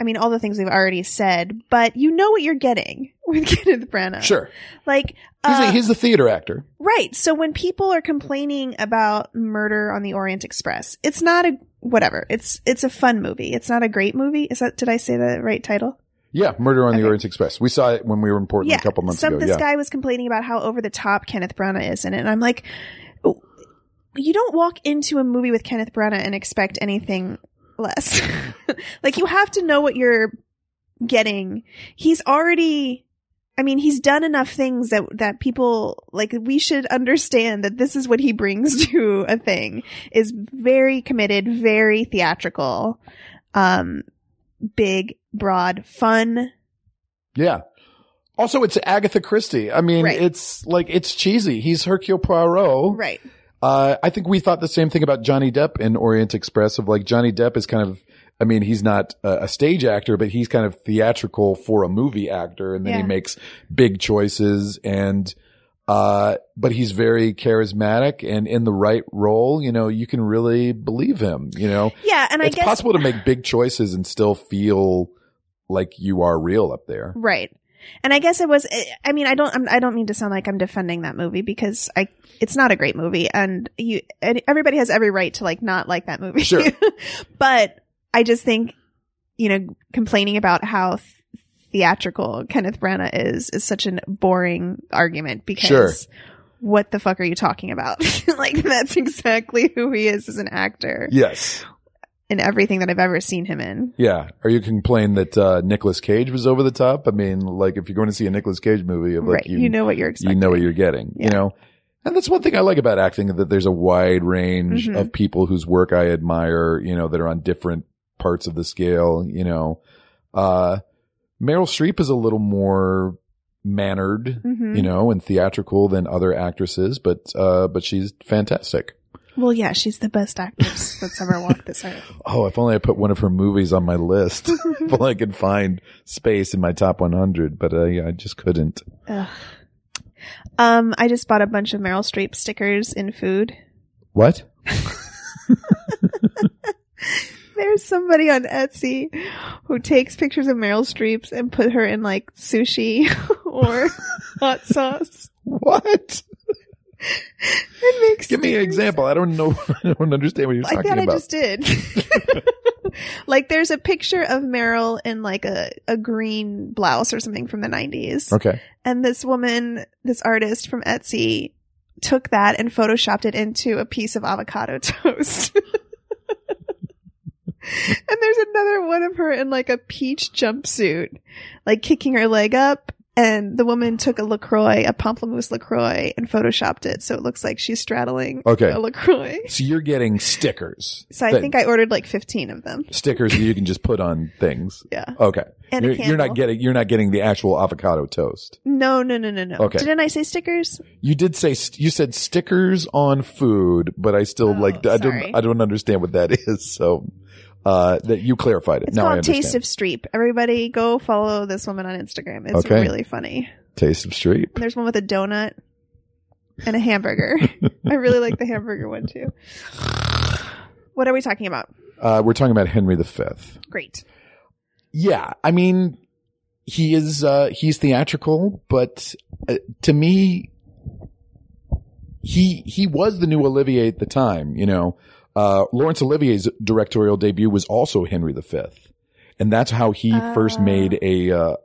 Speaker 3: I mean, all the things we've already said, but you know what you're getting. with Kenneth Branagh.
Speaker 2: Sure.
Speaker 3: Like,
Speaker 2: He's,
Speaker 3: uh,
Speaker 2: a, he's the theater actor.
Speaker 3: right. So when people are complaining about Murder on the Orient Express, it's not a whatever. It's it's a fun movie. It's not a great movie. Is that did I say the right title?
Speaker 2: Yeah, Murder on
Speaker 3: Okay.
Speaker 2: the Orient Express. We saw it when we were in Portland
Speaker 3: yeah.
Speaker 2: a couple months
Speaker 3: some,
Speaker 2: ago.
Speaker 3: This
Speaker 2: Yeah.
Speaker 3: guy was complaining about how over the top Kenneth Branagh is in it, and I'm like, "Oh, you don't walk into a movie with Kenneth Branagh and expect anything less. like you have to know what you're getting. He's already. I mean, he's done enough things that that people like. We should understand that this is what he brings to a thing. Is very committed, very theatrical, um, big, broad, fun.
Speaker 2: yeah. Also, it's Agatha Christie. I mean,
Speaker 3: Right.
Speaker 2: it's like, it's cheesy. He's Hercule Poirot.
Speaker 3: Right.
Speaker 2: Uh, I think we thought the same thing about Johnny Depp in Orient Express of like Johnny Depp is kind of, I mean, he's not a, a stage actor, but he's kind of theatrical for a movie actor. And then he
Speaker 3: Yeah.
Speaker 2: makes big choices and, uh, but he's very charismatic and in the right role, you know, you can really believe him, you know,
Speaker 3: Yeah, and
Speaker 2: it's
Speaker 3: I guess
Speaker 2: possible to make big choices and still feel like you are real up there.
Speaker 3: Right. And I guess it was. I- I mean, I don't. I'm, I don't mean to sound like I'm defending that movie because I. It's not a great movie, and you. and Everybody has every right to like not like that movie.
Speaker 2: Sure.
Speaker 3: but I just think, you know, complaining about how th- theatrical Kenneth Branagh is is such an boring argument because.
Speaker 2: Sure.
Speaker 3: What the fuck are you talking about? like that's exactly who he is as an actor
Speaker 2: Yes.
Speaker 3: in everything that I've ever seen him in.
Speaker 2: Yeah. Are you complaining that uh, Nicolas Cage was over the top? I mean, like if you're going to see a Nicolas Cage movie, of like
Speaker 3: right. You, know what you're
Speaker 2: you
Speaker 3: expecting.
Speaker 2: know what you're getting, you
Speaker 3: Yeah.
Speaker 2: know? And that's one thing I like about acting that there's a wide range
Speaker 3: Mhm.
Speaker 2: of people whose work I admire, you know, that are on different parts of the scale, you know. Uh, Meryl Streep is a little more mannered,
Speaker 3: Mhm.
Speaker 2: you know, and theatrical than other actresses, but, uh, but she's fantastic.
Speaker 3: Well, yeah, she's the best actress that's ever walked this earth.
Speaker 2: Oh, if only I put one of her movies on my list. if only I could find space in my top 100, but uh, yeah, I just couldn't.
Speaker 3: Ugh. Um, I just bought a bunch of Meryl Streep stickers in food.
Speaker 2: What?
Speaker 3: There's somebody on Etsy who takes pictures of Meryl Streep's and put her in like sushi or hot sauce
Speaker 2: What?
Speaker 3: and makes.
Speaker 2: Give me an
Speaker 3: stickers.
Speaker 2: example. I don't know. I don't understand what you're
Speaker 3: I
Speaker 2: talking
Speaker 3: thought I
Speaker 2: about.
Speaker 3: just did. like, there's a picture of Meryl in like a a green blouse or something from the 90s.
Speaker 2: okay.
Speaker 3: And this woman, this artist from Etsy, took that and photoshopped it into a piece of avocado toast. and there's another one of her in like a peach jumpsuit, like kicking her leg up. And the woman took a LaCroix, a pamplemousse LaCroix, and photoshopped it. So it looks like she's straddling
Speaker 2: Okay.
Speaker 3: a LaCroix.
Speaker 2: So you're getting stickers.
Speaker 3: So I
Speaker 2: That-
Speaker 3: think I ordered like 15 of them.
Speaker 2: stickers that you can just put on things.
Speaker 3: Yeah.
Speaker 2: Okay.
Speaker 3: And
Speaker 2: You're,
Speaker 3: a
Speaker 2: you're not
Speaker 3: candle.
Speaker 2: getting you're not getting the actual avocado toast.
Speaker 3: No, no, no, no, no.
Speaker 2: Okay.
Speaker 3: Didn't I say stickers?
Speaker 2: You did say st- you said stickers on food, but I still
Speaker 3: Oh,
Speaker 2: like I
Speaker 3: sorry.
Speaker 2: don't I don't understand what that is. So uh that you clarified it.
Speaker 3: It's
Speaker 2: now I
Speaker 3: called
Speaker 2: understand.
Speaker 3: Taste of Streep. Everybody go follow this woman on Instagram. It's
Speaker 2: Okay.
Speaker 3: really funny.
Speaker 2: Taste of street.
Speaker 3: And there's one with a donut and a hamburger. I really like the hamburger one too. What are we talking about?
Speaker 2: Uh, we're talking about Henry V.
Speaker 3: Great.
Speaker 2: Yeah, I mean, he is uh, he's theatrical, but uh, to me, he he was the new Olivier at the time. You know, uh, Laurence Olivier's directorial debut was also Henry V, and that's how he first
Speaker 3: Ah.
Speaker 2: made a uh,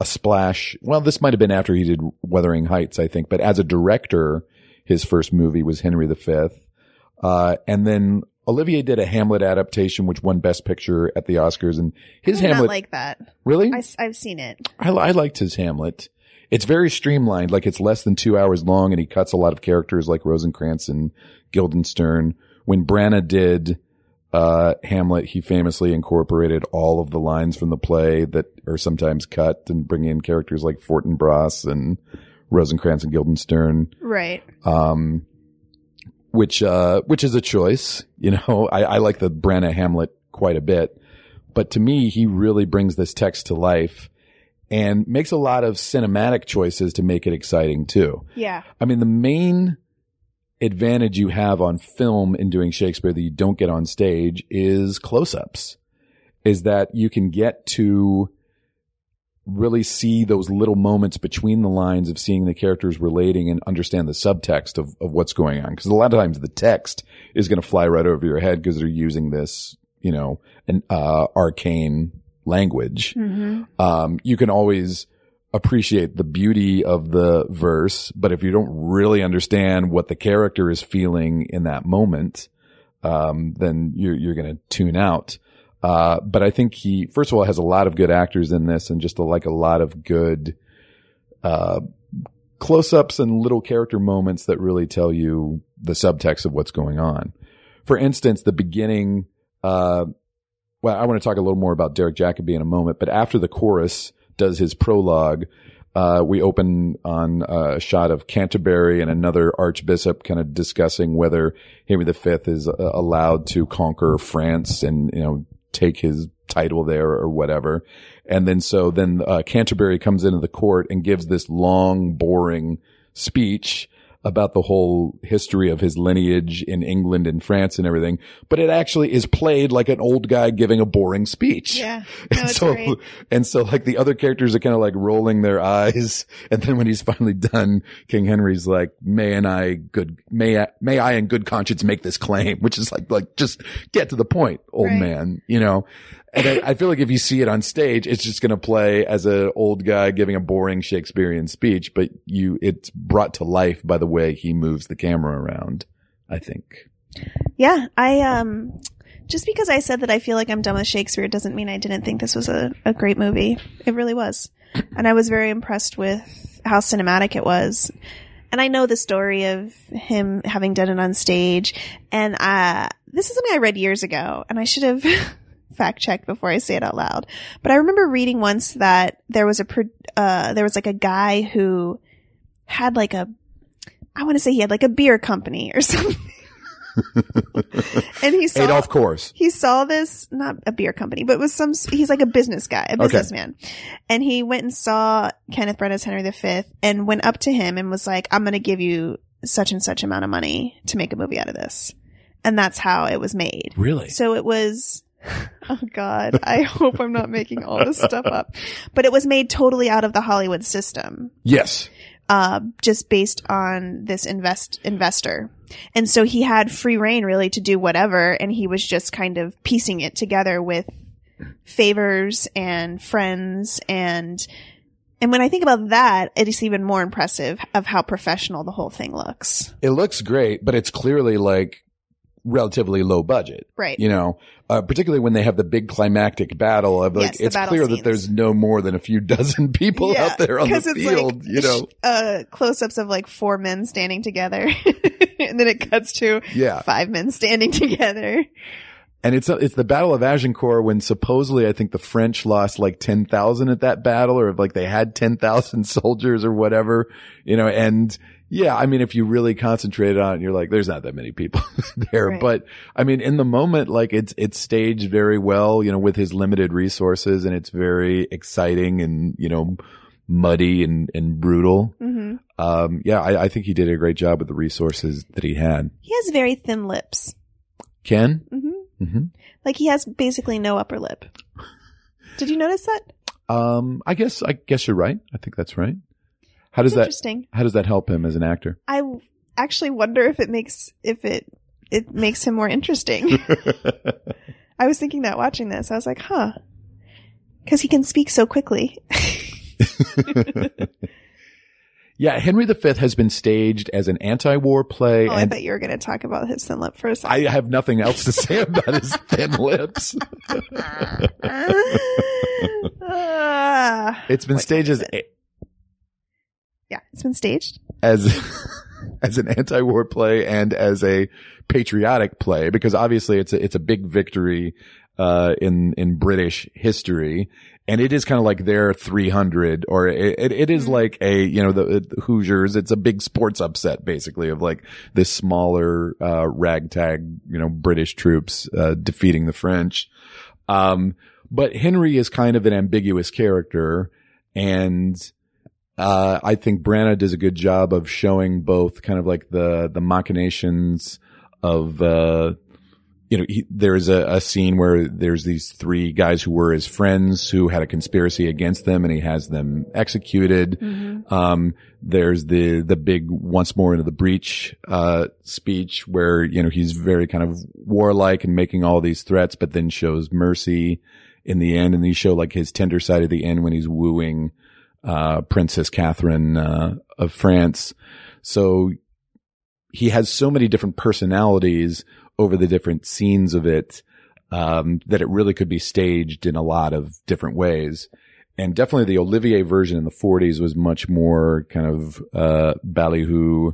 Speaker 2: a splash. Well, this might have been after he did Wuthering Heights, I think, but as a director, his first movie was Henry V. Uh, and then Olivier did a Hamlet adaptation, which won Best Picture at the Oscars. And his
Speaker 3: I did not
Speaker 2: Hamlet,
Speaker 3: like that.
Speaker 2: really?
Speaker 3: I,
Speaker 2: I,
Speaker 3: s- I've seen it.
Speaker 2: li- I liked his Hamlet. It's very streamlined, like it's less than two hours long, and he cuts a lot of characters like Rosencrantz and Guildenstern. When Branagh did uh, Hamlet, he famously incorporated all of the lines from the play that are sometimes cut and bring in characters like Fortinbras and Rosencrantz and Guildenstern
Speaker 3: Right.
Speaker 2: um, which uh, which is a choice. You know, I, I like the Branagh Hamlet quite a bit, but to me, he really brings this text to life and makes a lot of cinematic choices to make it exciting too.
Speaker 3: Yeah.
Speaker 2: I mean, the main advantage you have on film in doing Shakespeare that you don't get on stage is close ups, is that you can get to really see those little moments between the lines of seeing the characters relating and understand the subtext of, of what's going on. Cause a lot of times the text is going to fly right over your head because they're using this, you know, an, uh, arcane language.
Speaker 3: Mm-hmm.
Speaker 2: Um, you can always appreciate the beauty of the verse, but if you don't really understand what the character is feeling in that moment, um, then you're, you're going to tune out. Uh, but I think he, first of all, has a lot of good actors in this and just a, like a lot of good, uh, close ups and little character moments that really tell you the subtext of what's going on. For instance, the beginning, uh, well, I want to talk a little more about Derek Jacobi in a moment, but after the chorus does his prologue, uh, we open on uh, a shot of Canterbury and another archbishop kind of discussing whether Henry V is uh, allowed to conquer France and, you know, take his title there or whatever. And then so then uh, Canterbury comes into the court and gives this long, boring speech about the whole history of his lineage in England and France and everything, but it actually is played like an old guy giving a boring speech.
Speaker 3: Yeah. No,
Speaker 2: And
Speaker 3: it's
Speaker 2: so,
Speaker 3: great.
Speaker 2: and so like the other characters are kind of like rolling their eyes. And then when he's finally done, King Henry's like, may and I good, may I, may I in good conscience make this claim, which is like, like, just get to the point, old
Speaker 3: Right.
Speaker 2: man, you know? And I, I feel like if you see it on stage, it's just going to play as an old guy giving a boring Shakespearean speech, but you, it's brought to life by the way he moves the camera around, I think.
Speaker 3: Yeah, I um just because I said that I feel like I'm done with Shakespeare doesn't mean I didn't think this was a, a great movie. It really was. And I was very impressed with how cinematic it was. And I know the story of him having done it on stage. And uh, this is something I read years ago, and I should have fact checked before I say it out loud. But I remember reading once that there was a pro- uh, there was like a guy who had like a I want to say he had like a beer company or something. and he saw
Speaker 2: Adolf Course.
Speaker 3: he saw this not a beer company but was some he's like a business guy a businessman and he went and saw kenneth branagh as henry v and went up to him and was like i'm going to give you such and such amount of money to make a movie out of this and that's how it was made
Speaker 4: Really?
Speaker 3: so it was oh god i hope i'm not making all this stuff up but it was made totally out of the hollywood system
Speaker 2: Yes.
Speaker 3: uh, just based on this invest investor. And so he had free reign really to do whatever, and he was just kind of piecing it together with favors and friends and and when I think about that, it is even more impressive of how professional the whole thing looks.
Speaker 2: it looks great, but it's clearly like relatively low budget,
Speaker 3: Right.
Speaker 2: you know, uh, particularly when they have the big climactic battle of like,
Speaker 3: Yes, the
Speaker 2: it's
Speaker 3: battle
Speaker 2: clear that
Speaker 3: scenes.
Speaker 2: there's no more than a few dozen people
Speaker 3: Yeah,
Speaker 2: out there on the
Speaker 3: 'cause it's
Speaker 2: field,
Speaker 3: like,
Speaker 2: you know?
Speaker 3: sh- uh, close-ups of like four men standing together, and then it cuts to
Speaker 2: Yeah.
Speaker 3: five men standing together.
Speaker 2: And it's, it's the Battle of Agincourt when supposedly I think the French lost like 10,000 at that battle or like they had 10,000 soldiers or whatever, you know, and yeah, I mean, if you really concentrate on it, you're like, there's not that many people there,
Speaker 3: Right.
Speaker 2: but I mean, in the moment, like it's, it's staged very well, you know, with his limited resources and it's very exciting and, you know, muddy and, and brutal.
Speaker 3: hmm
Speaker 2: Um, yeah, I, I think he did a great job with the resources that he had.
Speaker 3: He has very thin lips.
Speaker 2: Ken?
Speaker 3: hmm
Speaker 2: Mm-hmm.
Speaker 3: Like he has basically no upper lip. Did you notice that?
Speaker 2: Um, I guess I guess you're right. I think that's right. How
Speaker 3: It's
Speaker 2: does that
Speaker 3: interesting.
Speaker 2: how does that help him as an actor?
Speaker 3: I w- actually wonder if it makes if it it makes him more interesting. I was thinking that watching this, I was like, huh, because he can speak so quickly.
Speaker 2: yeah, Henry V has been staged as an anti-war play,
Speaker 3: Oh, I
Speaker 2: and
Speaker 3: bet you were going to talk about his thin lip for a
Speaker 2: I
Speaker 3: second.
Speaker 2: have nothing else to say about his thin lips.
Speaker 3: Ah.
Speaker 2: It's been
Speaker 3: What
Speaker 2: staged as
Speaker 3: is yeah, it's been staged.
Speaker 2: as as an anti-war play and as a patriotic play because obviously it's a, it's a big victory uh in in British history and it is kind of like their 300 or it, it, it is
Speaker 3: Mhm.
Speaker 2: like a you know the, the Hoosiers it's a big sports upset basically of like this smaller uh ragtag you know British troops uh defeating the French um but Henry is kind of an ambiguous character and uh, I think Branagh does a good job of showing both kind of like the the machinations of uh, you know, he, there's a, a scene where there's these three guys who were his friends who had a conspiracy against them and he has them executed. Um, there's the, the big once more into the breach, uh, speech where, you know, he's very kind of warlike and making all these threats, but then shows mercy in the end. And they show like his tender side at the end when he's wooing, uh, Princess Catherine, uh, of France. So he has so many different personalities over the different scenes of it um, that it really could be staged in a lot of different ways. And definitely the Olivier version in the 40s was much more kind of uh, ballyhoo,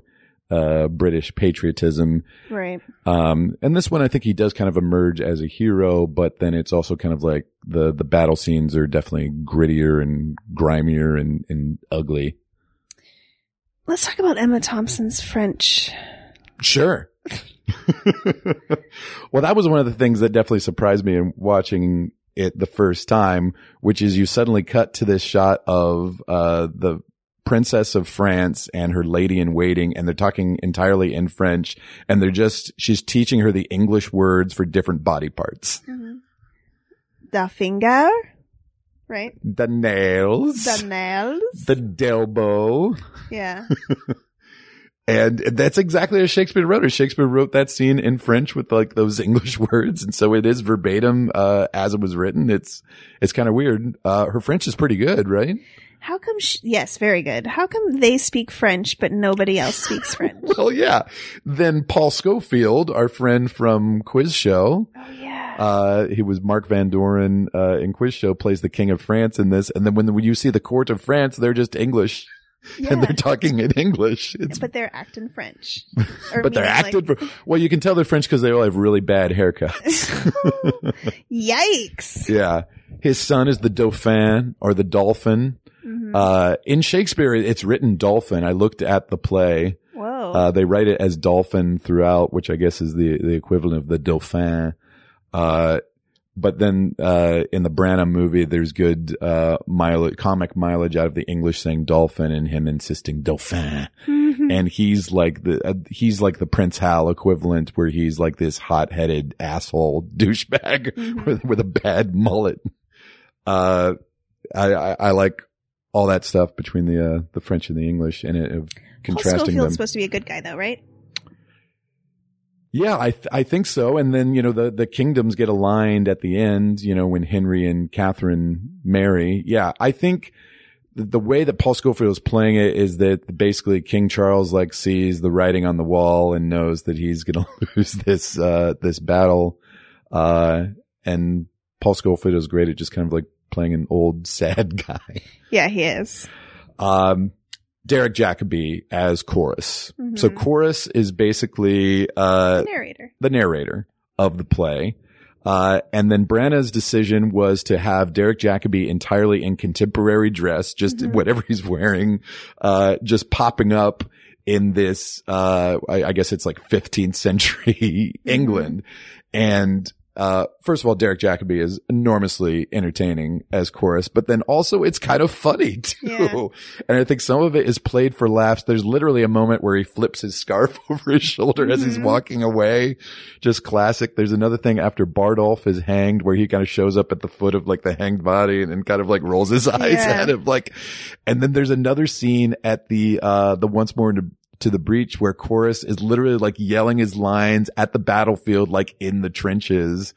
Speaker 2: uh, British patriotism.
Speaker 3: Right.
Speaker 2: Um, and this one, I think he does kind of emerge as a hero, but then it's also kind of like the, the battle scenes are definitely grittier and grimier and, and ugly.
Speaker 3: Let's talk about Emma Thompson's French.
Speaker 2: Sure. well, that was one of the things that definitely surprised me in watching it the first time, which is you suddenly cut to this shot of uh, the princess of France and her lady in waiting, and they're talking entirely in French, and they're just she's teaching her the English words for different body parts.
Speaker 3: The finger. Right.
Speaker 2: The nails,
Speaker 3: The
Speaker 2: the,
Speaker 3: nails.
Speaker 2: delbo.
Speaker 3: yeah.
Speaker 2: And that's exactly as Shakespeare wrote it. Shakespeare wrote that scene in French with like those English words. And so it is verbatim, uh, as it was written. It's, it's kind of weird. Uh, her French is pretty good, right?
Speaker 3: How come? Sh- yes, very good. How come they speak French but nobody else speaks French?
Speaker 2: Well, yeah. Then Paul Schofield, our friend from Quiz Show,
Speaker 3: oh yeah.
Speaker 2: uh, he was Mark Van Doren, uh, in Quiz Show plays the King of France in this. And then when, when you see the court of France, they're just English
Speaker 3: yeah.
Speaker 2: and they're talking in English. It's
Speaker 3: but they're acting French.
Speaker 2: but they're acted for, well, you can tell they're French because they all have really bad haircuts.
Speaker 3: Yikes.
Speaker 2: Yeah. His son is the Dauphin or the Dolphin.
Speaker 3: Mhm.
Speaker 2: Uh, in Shakespeare, it's written Dolphin. I looked at the play.
Speaker 3: Whoa.
Speaker 2: Uh, they write it as Dolphin throughout, which I guess is the, the equivalent of the Dauphin. Uh, but then, uh, in the Branham movie, there's good, uh, mileage, comic mileage out of the English saying Dolphin and him insisting Dauphin.
Speaker 3: Mm-hmm.
Speaker 2: And he's like the, uh, he's like the Prince Hal equivalent where he's like this hot-headed asshole douchebag
Speaker 3: Mhm.
Speaker 2: with, with a bad mullet. Uh, I, I, I like all that stuff between the uh, the French and the English and it, of
Speaker 3: Paul
Speaker 2: contrasting
Speaker 3: Schofield's
Speaker 2: them.
Speaker 3: supposed to be a good guy though, right?
Speaker 2: yeah, I th- I think so. And then you know the the kingdoms get aligned at the end. You know when Henry and Catherine marry. Yeah, I think. th- The way that Paul Schofield is playing it is that basically King Charles like sees the writing on the wall and knows that he's going to lose this uh this battle, uh and Paul Schofield is great at just kind of like playing an old sad guy.
Speaker 3: Yeah, he is.
Speaker 2: um, Derek Jacobi as Chorus.
Speaker 3: Mhm.
Speaker 2: So Chorus is basically uh,
Speaker 3: Narrator.
Speaker 2: the narrator of the play. Uh, and then Branagh's decision was to have Derek Jacobi entirely in contemporary dress, just
Speaker 3: Mhm.
Speaker 2: whatever he's wearing, uh, just popping up in this, uh, I, I guess it's like 15th century England. And, uh, first of all, Derek Jacobi is enormously entertaining as chorus, but then also it's kind of funny too.
Speaker 3: Yeah.
Speaker 2: And I think some of it is played for laughs. There's literally a moment where he flips his scarf over his shoulder as he's
Speaker 3: Mhm.
Speaker 2: walking away. Just classic. There's another thing after Bardolph is hanged where he kind of shows up at the foot of like the hanged body and then kind of like rolls his eyes
Speaker 3: Yeah.
Speaker 2: at him. Like, and then there's another scene at the, uh, the once more into to the breach where chorus is literally like yelling his lines at the battlefield, like in the trenches.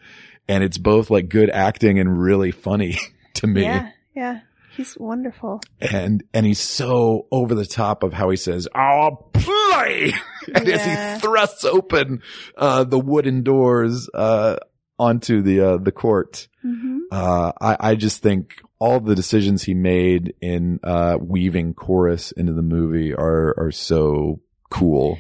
Speaker 2: And it's both like good acting and really funny to me
Speaker 3: Yeah, yeah. He's wonderful.
Speaker 2: and and he's so over the top of how he says "I'll play," and as
Speaker 3: Yeah.
Speaker 2: he thrusts open uh, the wooden doors uh, onto the uh, the court.
Speaker 3: Mm-hmm.
Speaker 2: Uh, I I just think all the decisions he made in uh, weaving chorus into the movie are are so cool,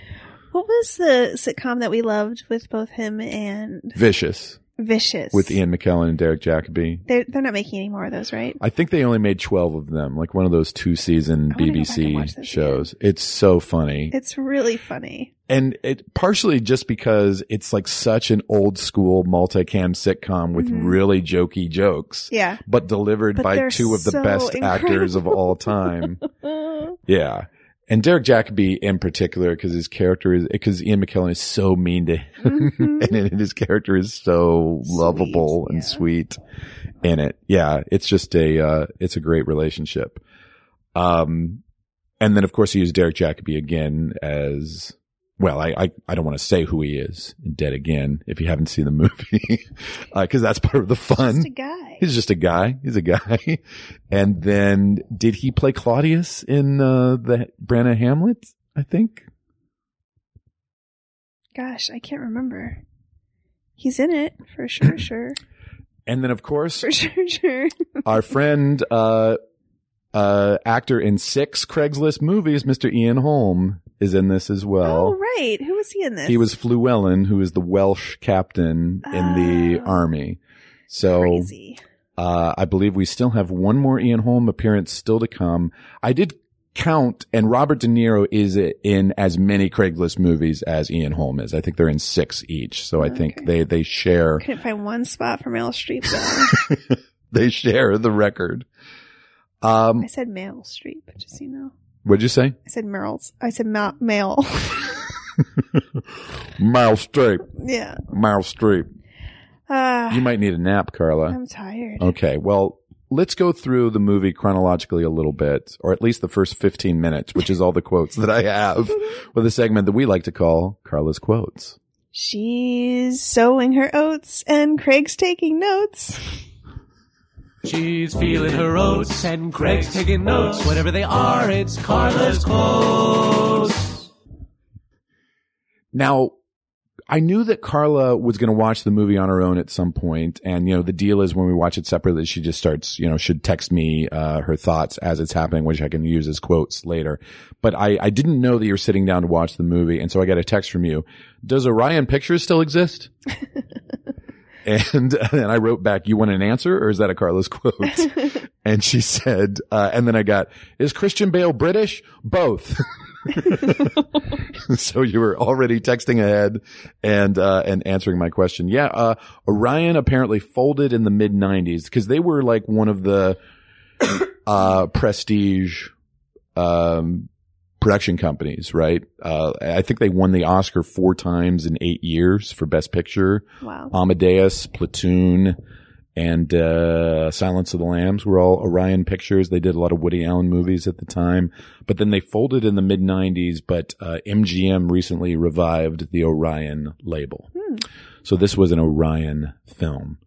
Speaker 3: What was the sitcom that we loved with both him and
Speaker 2: vicious
Speaker 3: Vicious?
Speaker 2: with Ian McKellen and Derek Jacobi.
Speaker 3: They're, they're not making any more of those, right?
Speaker 2: I think they only made twelve of them, like one of those two season
Speaker 3: I wanna go back and watch
Speaker 2: BBC
Speaker 3: those
Speaker 2: shows. It's so funny.
Speaker 3: It's really funny.
Speaker 2: and it partially just because it's like such an old school multicam sitcom with
Speaker 3: Mhm.
Speaker 2: really jokey jokes,
Speaker 3: Yeah.
Speaker 2: but delivered
Speaker 3: But
Speaker 2: by
Speaker 3: they're
Speaker 2: two of the
Speaker 3: so
Speaker 2: best actors of
Speaker 3: incredible.
Speaker 2: all time.
Speaker 3: Uh,
Speaker 2: yeah. and Derek Jacobi in particular, because his character is because Ian McKellen is so mean to him,
Speaker 3: Mhm.
Speaker 2: and then his character is so
Speaker 3: Sweet,
Speaker 2: lovable
Speaker 3: yeah.
Speaker 2: and sweet in it. Yeah, it's just a uh, it's a great relationship. Um, and then of course he used Derek Jacobi again as well. I I, I don't want to say who he is in Dead Again if you haven't seen the movie, because that's part of the fun.
Speaker 3: Just a guy.
Speaker 2: He's just a guy. He's a guy. And then did he play Claudius in uh, the Branna Hamlet? I think.
Speaker 3: Gosh, I can't remember. He's in it for sure, sure,
Speaker 2: And then of course
Speaker 3: for sure, sure.
Speaker 2: our friend uh uh actor in six Craigslist movies, Mr. Ian Holm, is in this as
Speaker 3: Oh,
Speaker 2: well.
Speaker 3: right. Who was he in this?
Speaker 2: He was Fluellen, who is the Welsh captain in the
Speaker 3: Oh.
Speaker 2: army. So
Speaker 3: crazy.
Speaker 2: Uh, I believe we still have one more Ian Holm appearance still to come. I did count, and Robert De Niro is in as many Craigslist movies as Ian Holm is. I think they're in six each, so I think
Speaker 3: Okay.
Speaker 2: they they share
Speaker 3: Couldn't find one spot for Meryl Streep. Though.
Speaker 2: they share the record. Um,
Speaker 3: I said Meryl Streep, just so you know.
Speaker 2: what'd you say,
Speaker 3: I said Meryl's. I said Ma- Male.
Speaker 2: Meryl Streep?
Speaker 3: yeah.
Speaker 2: Meryl Streep.
Speaker 3: Uh,
Speaker 2: You might need a nap, Carla.
Speaker 3: I'm tired.
Speaker 2: Okay, well. Let's go through the movie chronologically a little bit, or at least the first 15 minutes, which is all the quotes that I have with a segment that we like to call Carla's Quotes.
Speaker 3: She's sowing her oats and Craig's taking notes.
Speaker 5: She's feeling her oats and Craig's taking notes. Whatever they are, it's Carla's quotes.
Speaker 2: Now, I knew that Carla was going to watch the movie on her own at some point, and you know the deal is when we watch it separately, she just starts, you know, should text me uh, her thoughts as it's happening, which I can use as quotes later. But I, I didn't know that you were sitting down to watch the movie, and so I got a text from you. Does Orion Pictures still exist? and and I wrote back, you want an answer, or is that a Carla's quote? and she said, uh, and then I got, is Christian Bale British? Both. so you were already texting ahead and uh, and answering my question. Yeah, uh, Orion apparently folded in the mid '90s because they were like one of the uh, prestige um, production companies, right? Uh, I think they won the Oscar four times in eight years for Best Picture.
Speaker 3: Wow.
Speaker 2: Amadeus, Platoon, and uh, Silence of the Lambs were all Orion Pictures. They did a lot of Woody Allen movies at the time, but then they folded in the mid '90s. But uh, MGM recently revived the Orion label,
Speaker 3: Hmm.
Speaker 2: so this was an Orion film.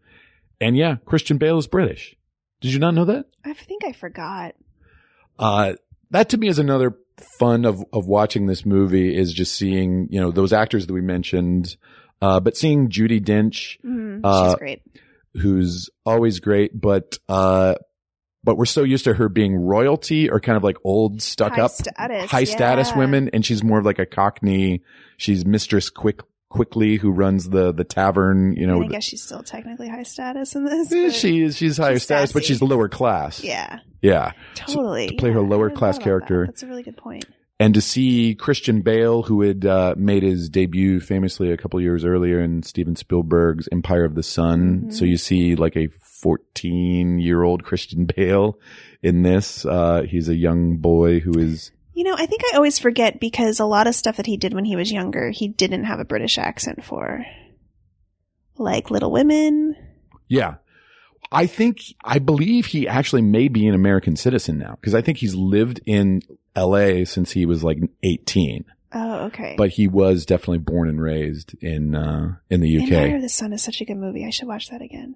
Speaker 2: And yeah, Christian Bale is British. Did you not know that?
Speaker 3: I think I forgot.
Speaker 2: Uh, that to me is another fun of, of watching this movie is just seeing, you know, those actors that we mentioned, uh, but seeing Judy Dench,
Speaker 3: Mm,
Speaker 2: Uh,
Speaker 3: she's great.
Speaker 2: who's always great, but, uh, but we're so used to her being royalty or kind of like old stuck
Speaker 3: High
Speaker 2: up,
Speaker 3: status,
Speaker 2: high status
Speaker 3: yeah.
Speaker 2: women. And she's more of like a cockney. She's mistress quick, quickly who runs the, the tavern, you
Speaker 3: I, mean,
Speaker 2: know,
Speaker 3: I guess she's still technically high status in this.
Speaker 2: Eh,
Speaker 3: but-
Speaker 2: she is, she's higher
Speaker 3: she's
Speaker 2: status, but
Speaker 3: sassy.
Speaker 2: she's lower class.
Speaker 3: Yeah,
Speaker 2: Yeah.
Speaker 3: totally.
Speaker 2: to play her
Speaker 3: Yeah, I
Speaker 2: lower
Speaker 3: hadn't
Speaker 2: class
Speaker 3: thought about
Speaker 2: character.
Speaker 3: that. That's a really good point.
Speaker 2: and to see Christian Bale, who had uh, made his debut famously a couple years earlier in Steven Spielberg's Empire of the Sun.
Speaker 3: Mhm.
Speaker 2: So you see like a 14 year old Christian Bale in this. Uh, he's a young boy who is,
Speaker 3: You know, I think I always forget because a lot of stuff that he did when he was younger, he didn't have a British accent for. Like Little Women.
Speaker 2: yeah. I think, I believe he actually may be an American citizen now because I think he's lived in LA since he was like 18,
Speaker 3: Oh, okay.
Speaker 2: but he was definitely born and raised in, uh, in the UK.
Speaker 3: Empire of the Sun is such a good movie. I should watch that again.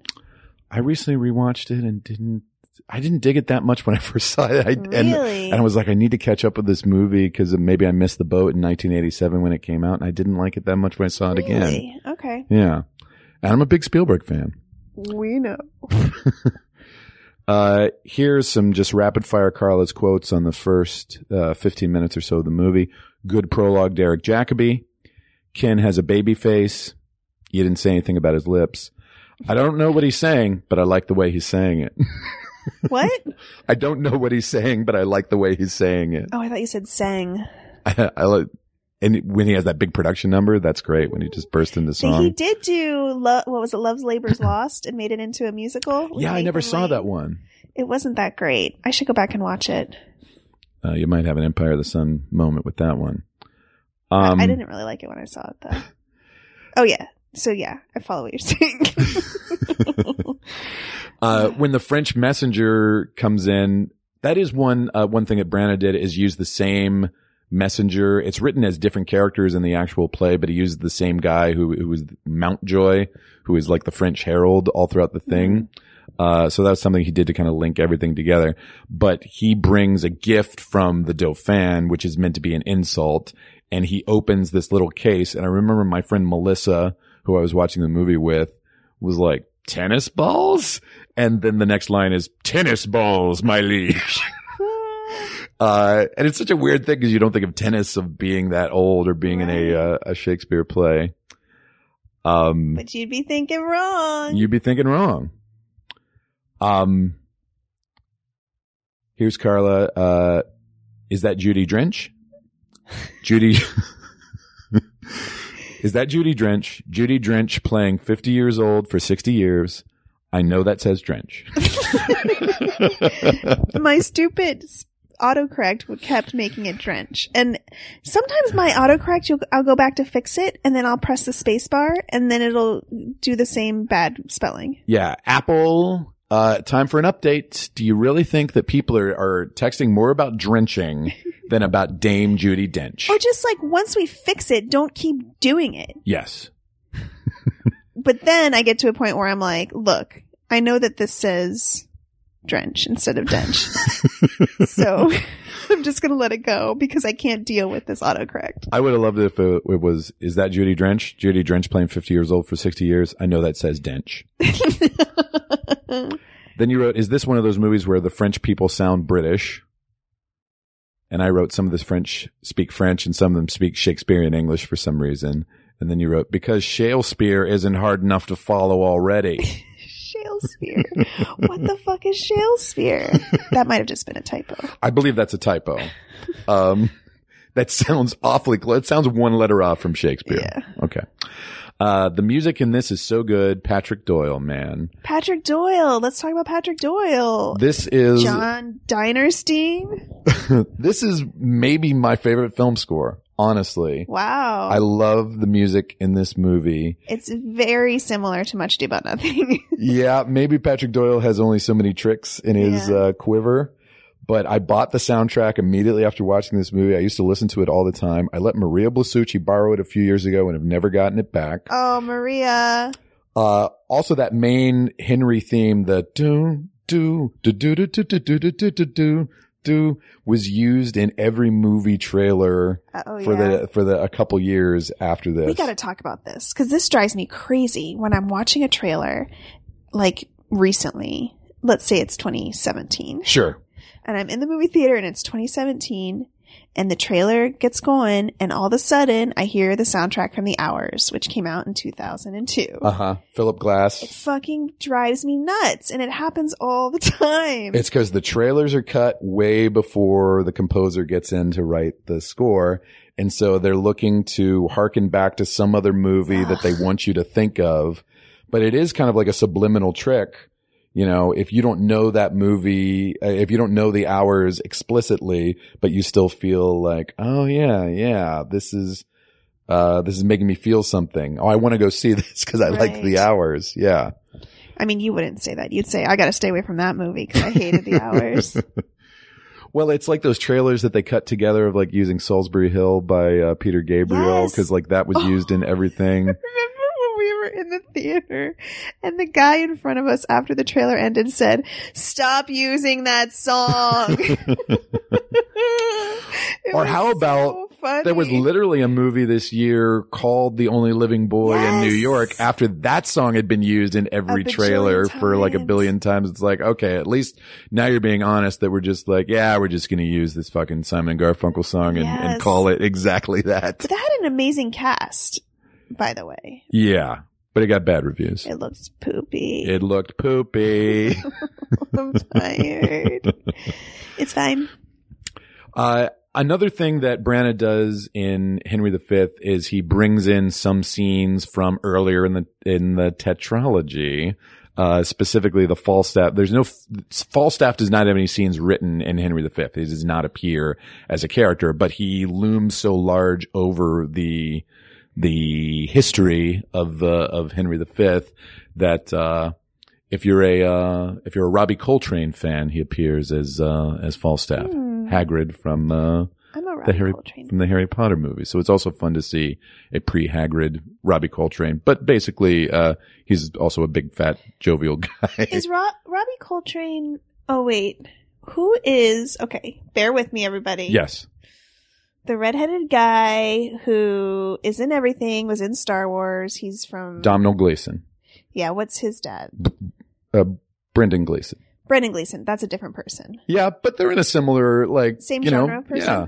Speaker 2: I recently rewatched it and didn't I didn't dig it that much when I first saw it. I, and,
Speaker 3: really?
Speaker 2: and I was like, I need to catch up with this movie because maybe I missed the boat in 1987 when it came out, and I didn't like it that much when I saw it again.
Speaker 3: Really? Okay.
Speaker 2: Yeah, and I'm a big Spielberg fan.
Speaker 3: We know.
Speaker 2: Uh, here's some just rapid fire Carla's quotes on the first uh, 15 minutes or so of the movie. Good prologue, Derek Jacobi. Ken has a baby face. You didn't say anything about his lips. I don't know what he's saying, but I like the way he's saying it.
Speaker 3: What?
Speaker 2: I don't know what he's saying, but I like the way he's saying it.
Speaker 3: Oh, I thought you said sang.
Speaker 2: I, I like, and when he has that big production number, that's great. When he just bursts into
Speaker 3: So he
Speaker 2: song.
Speaker 3: did do Lo- what was it? Love's Labor's Lost and made it into a musical. with
Speaker 2: Yeah, I never
Speaker 3: Nathan
Speaker 2: saw
Speaker 3: Lane.
Speaker 2: that one.
Speaker 3: It wasn't that great. I should go back and watch it.
Speaker 2: Uh, you might have an Empire of the Sun moment with that one. Um,
Speaker 3: I didn't really like it when I saw it though. oh yeah. So yeah, I follow what you're saying.
Speaker 2: Uh, when the French messenger comes in, that is one uh, one thing that Branagh did is use the same messenger. It's written as different characters in the actual play, but he used the same guy who who was Mountjoy, who is like the French herald all throughout the thing. Uh, so that was something he did to kind of link everything together. But he brings a gift from the Dauphin, which is meant to be an insult, and he opens this little case. And I remember my friend Melissa, who I was watching the movie with, was like, tennis balls? And then the next line is tennis balls, my liege. uh, and it's such a weird thing because you don't think of tennis of being that old or being in a, uh, a Shakespeare play. Um,
Speaker 3: but you'd be thinking wrong.
Speaker 2: you'd be thinking wrong. Um, here's Carla. Uh, is that Judy Drench? Judy. is that Judy Drench? Judy Drench playing 50 years old for 60 years. I know that says Drench.
Speaker 3: my stupid s- autocorrect would- kept making it drench. And sometimes my autocorrect, you'll, I'll go back to fix it, and then I'll press the space bar, and then it'll do the same bad spelling.
Speaker 2: Yeah, Apple. Uh, time for an update. Do you really think that people are, are texting more about drenching than about Dame Judy Dench?
Speaker 3: Or just like once we fix it, don't keep doing it.
Speaker 2: Yes.
Speaker 3: But then I get to a point where I'm like, look, I know that this says drench instead of dench. so I'm just going to let it go because I can't deal with this autocorrect.
Speaker 2: I would have loved it if it, it was, is that Judy Drench? Judy Drench playing 50 years old for 60 years. I know that says Dench. Then you wrote, is this one of those movies where the French people sound British? And I wrote, some of the French speak French and some of them speak Shakespearean English for some reason. And then you wrote, because Shakespeare isn't hard enough to follow already.
Speaker 3: Shakespeare. what the fuck is Shakespeare? That might have just been a typo.
Speaker 2: I believe that's a typo. Um, that sounds awfully close. It sounds one letter off from Shakespeare.
Speaker 3: Yeah.
Speaker 2: Okay. Uh, the music in this is so good. Patrick Doyle, man.
Speaker 3: Patrick Doyle. Let's talk about Patrick Doyle.
Speaker 2: This is,
Speaker 3: John Dinerstein.
Speaker 2: this is maybe my favorite film score, honestly.
Speaker 3: Wow.
Speaker 2: I love the music in this movie.
Speaker 3: it's very similar to Much Ado About Nothing.
Speaker 2: yeah, maybe Patrick Doyle has only so many tricks in his
Speaker 3: Yeah.
Speaker 2: uh, quiver. But I bought the soundtrack immediately after watching this movie. I used to listen to it all the time. I let Maria Blasucci borrow it a few years ago and have never gotten it back.
Speaker 3: oh, Maria.
Speaker 2: Uh, also that main Henry theme, the do do do do do do do do do do do do do was used in every movie trailer
Speaker 3: Oh, yeah.
Speaker 2: for the for the a couple years after this.
Speaker 3: We got to talk about this because this drives me crazy when I'm watching a trailer, like recently. Let's say it's 2017,
Speaker 2: sure.
Speaker 3: and I'm in the movie theater, and it's 2017, and the trailer gets going, and all of a sudden I hear the soundtrack from The Hours, which came out in 2002.
Speaker 2: Uh huh. Philip Glass.
Speaker 3: it fucking drives me nuts, and it happens all the time.
Speaker 2: It's because the trailers are cut way before the composer gets in to write the score. And so they're looking to harken back to some other movie that they want you to think of. But it is kind of like a subliminal trick. You know, if you don't know that movie, uh, if you don't know the hours explicitly, but you still feel like, oh yeah, yeah, this is, uh, this is making me feel something. Oh, I want to go see this because I liked
Speaker 3: Right.
Speaker 2: the hours. Yeah.
Speaker 3: I mean, you wouldn't say that. You'd say, I got to stay away from that movie because I hated The Hours.
Speaker 2: Well, it's like those trailers that they cut together of like using Salisbury Hill by uh, Peter Gabriel
Speaker 3: Yes. Oh.
Speaker 2: because like that was used in everything.
Speaker 3: Remember when we were in the theater and the guy in front of us after the trailer ended said, Stop using that song. It
Speaker 2: Or
Speaker 3: was
Speaker 2: how about-
Speaker 3: so funny.
Speaker 2: there was literally a movie this year called The Only Living Boy in New
Speaker 3: Yes.
Speaker 2: York after that song had been used in every
Speaker 3: A bajillion
Speaker 2: trailer for like a
Speaker 3: times.
Speaker 2: billion times. It's like, okay, at least now you're being honest that we're just like, yeah, we're just going to use this fucking Simon and Garfunkel song and,
Speaker 3: Yes.
Speaker 2: and call it exactly that.
Speaker 3: But that had an amazing cast, by the way.
Speaker 2: Yeah. But it got bad reviews.
Speaker 3: It looks poopy.
Speaker 2: It looked poopy.
Speaker 3: I'm tired. it's fine.
Speaker 2: Uh, another thing that Branagh does in Henry V is he brings in some scenes from earlier in the in the tetralogy. uh, specifically the Falstaff. There's no Falstaff does not have any scenes written in Henry V. He does not appear as a character, but he looms so large over the the history of the of Henry V that uh, if you're a uh, if you're a Robbie Coltrane fan, he appears as uh, as Falstaff, Hagrid from uh,
Speaker 3: Hmm. I'm a
Speaker 2: the
Speaker 3: Robbie
Speaker 2: Harry
Speaker 3: Coltrane.
Speaker 2: from the Harry Potter movie. So it's also fun to see a pre Hagrid Robbie Coltrane, but basically uh, he's also a big fat jovial guy.
Speaker 3: Is Ro- Robbie Coltrane? Oh wait, who is? Okay, bear with me, everybody.
Speaker 2: yes,
Speaker 3: the redheaded guy who is in everything was in Star Wars. He's from
Speaker 2: Domhnall Gleeson,
Speaker 3: yeah. What's his dad?
Speaker 2: Brendan Gleeson.
Speaker 3: Brendan Gleeson. That's a different person.
Speaker 2: Yeah, but they're in a similar like
Speaker 3: Same
Speaker 2: you
Speaker 3: genre
Speaker 2: know,
Speaker 3: of person?
Speaker 2: Yeah,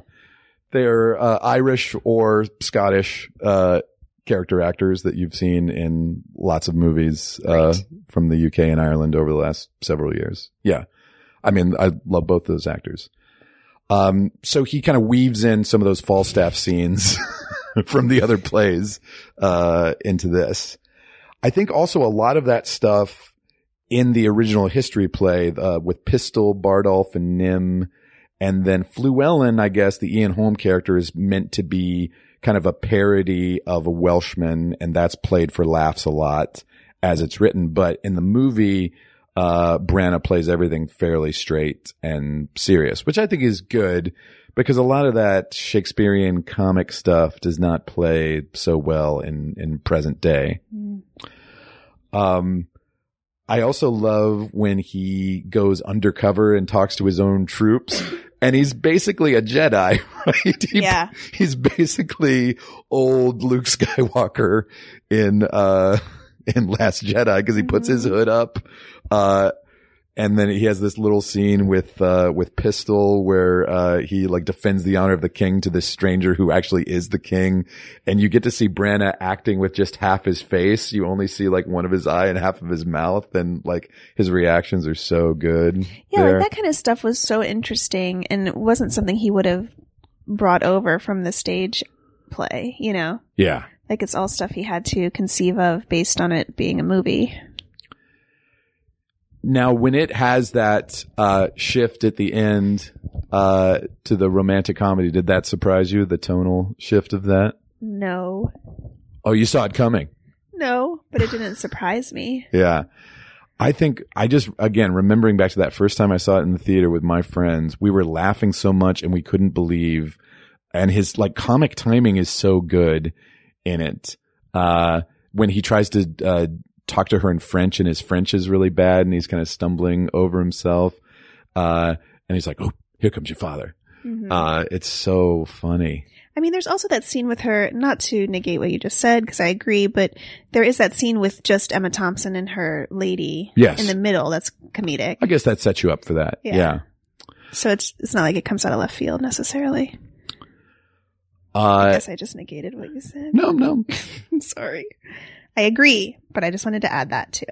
Speaker 2: they're uh, Irish or Scottish uh, character actors that you've seen in lots of movies uh, from the UK and Ireland over the last several years. Yeah, I mean, I love both those actors. Um, so he kind of weaves in some of those Falstaff scenes from the other plays uh, into this. I think also a lot of that stuff in the original history play uh, with Pistol, Bardolph, and Nim, and then Fluellen. I guess the Ian Holm character is meant to be kind of a parody of a Welshman, and that's played for laughs a lot as it's written. But in the movie, uh, Branna plays everything fairly straight and serious, which I think is good because a lot of that Shakespearean comic stuff does not play so well in, in present day. Um, I also love when he goes undercover and talks to his own troops. And he's basically a Jedi, right? He-
Speaker 3: Yeah.
Speaker 2: He's basically old Luke Skywalker in, uh, in Last Jedi because he puts his hood up. Uh, and then he has this little scene with, uh, with Pistol where, uh, he like defends the honor of the king to this stranger who actually is the king. And you get to see Branna acting with just half his face. You only see like one of his eye and half of his mouth. And like his reactions are so good.
Speaker 3: Yeah,
Speaker 2: there.
Speaker 3: like that kind of stuff was so interesting, and it wasn't something he would have brought over from the stage play. You know,
Speaker 2: yeah.
Speaker 3: like it's all stuff he had to conceive of based on it being a movie.
Speaker 2: Now, when it has that uh, shift at the end uh, to the romantic comedy, did that surprise you? The tonal shift of that?
Speaker 3: No,
Speaker 2: Oh, you saw it coming.
Speaker 3: no, but it didn't surprise me.
Speaker 2: Yeah. I think I just, again, remembering back to that first time I saw it in the theater with my friends, we were laughing so much and we couldn't believe. And his like comic timing is so good in it. Uh, when he tries to, uh, talk to her in French and his French is really bad and he's kind of stumbling over himself. Uh, and he's like, Oh, here comes your father.
Speaker 3: Mhm.
Speaker 2: Uh, it's so funny.
Speaker 3: I mean, there's also that scene with her, not to negate what you just said, because I agree, but there is that scene with just Emma Thompson and her lady
Speaker 2: Yes.
Speaker 3: in the middle that's comedic.
Speaker 2: I guess that sets you up for that.
Speaker 3: Yeah.
Speaker 2: yeah.
Speaker 3: So it's it's not like it comes out of left field necessarily. I
Speaker 2: Uh,
Speaker 3: guess I just negated what you said.
Speaker 2: no, no,
Speaker 3: I'm sorry. I agree, but I just wanted to add that too.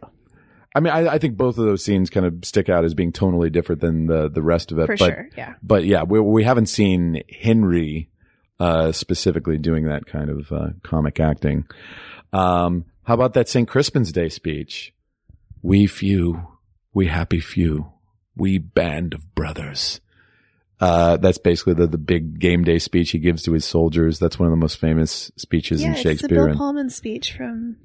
Speaker 2: I mean, I, I think both of those scenes kind of stick out as being tonally different than the the rest of it.
Speaker 3: For
Speaker 2: but
Speaker 3: sure. Yeah.
Speaker 2: but yeah, we we haven't seen Henry uh, specifically doing that kind of uh, comic acting. Um, how about that St. Crispin's Day speech? We few, we happy few, we band of brothers. Uh, that's basically the, the big game day speech he gives to his soldiers. That's one of the most famous speeches
Speaker 3: yeah,
Speaker 2: in
Speaker 3: it's the
Speaker 2: Shakespeare.
Speaker 3: Bill
Speaker 2: and-
Speaker 3: Pullman speech from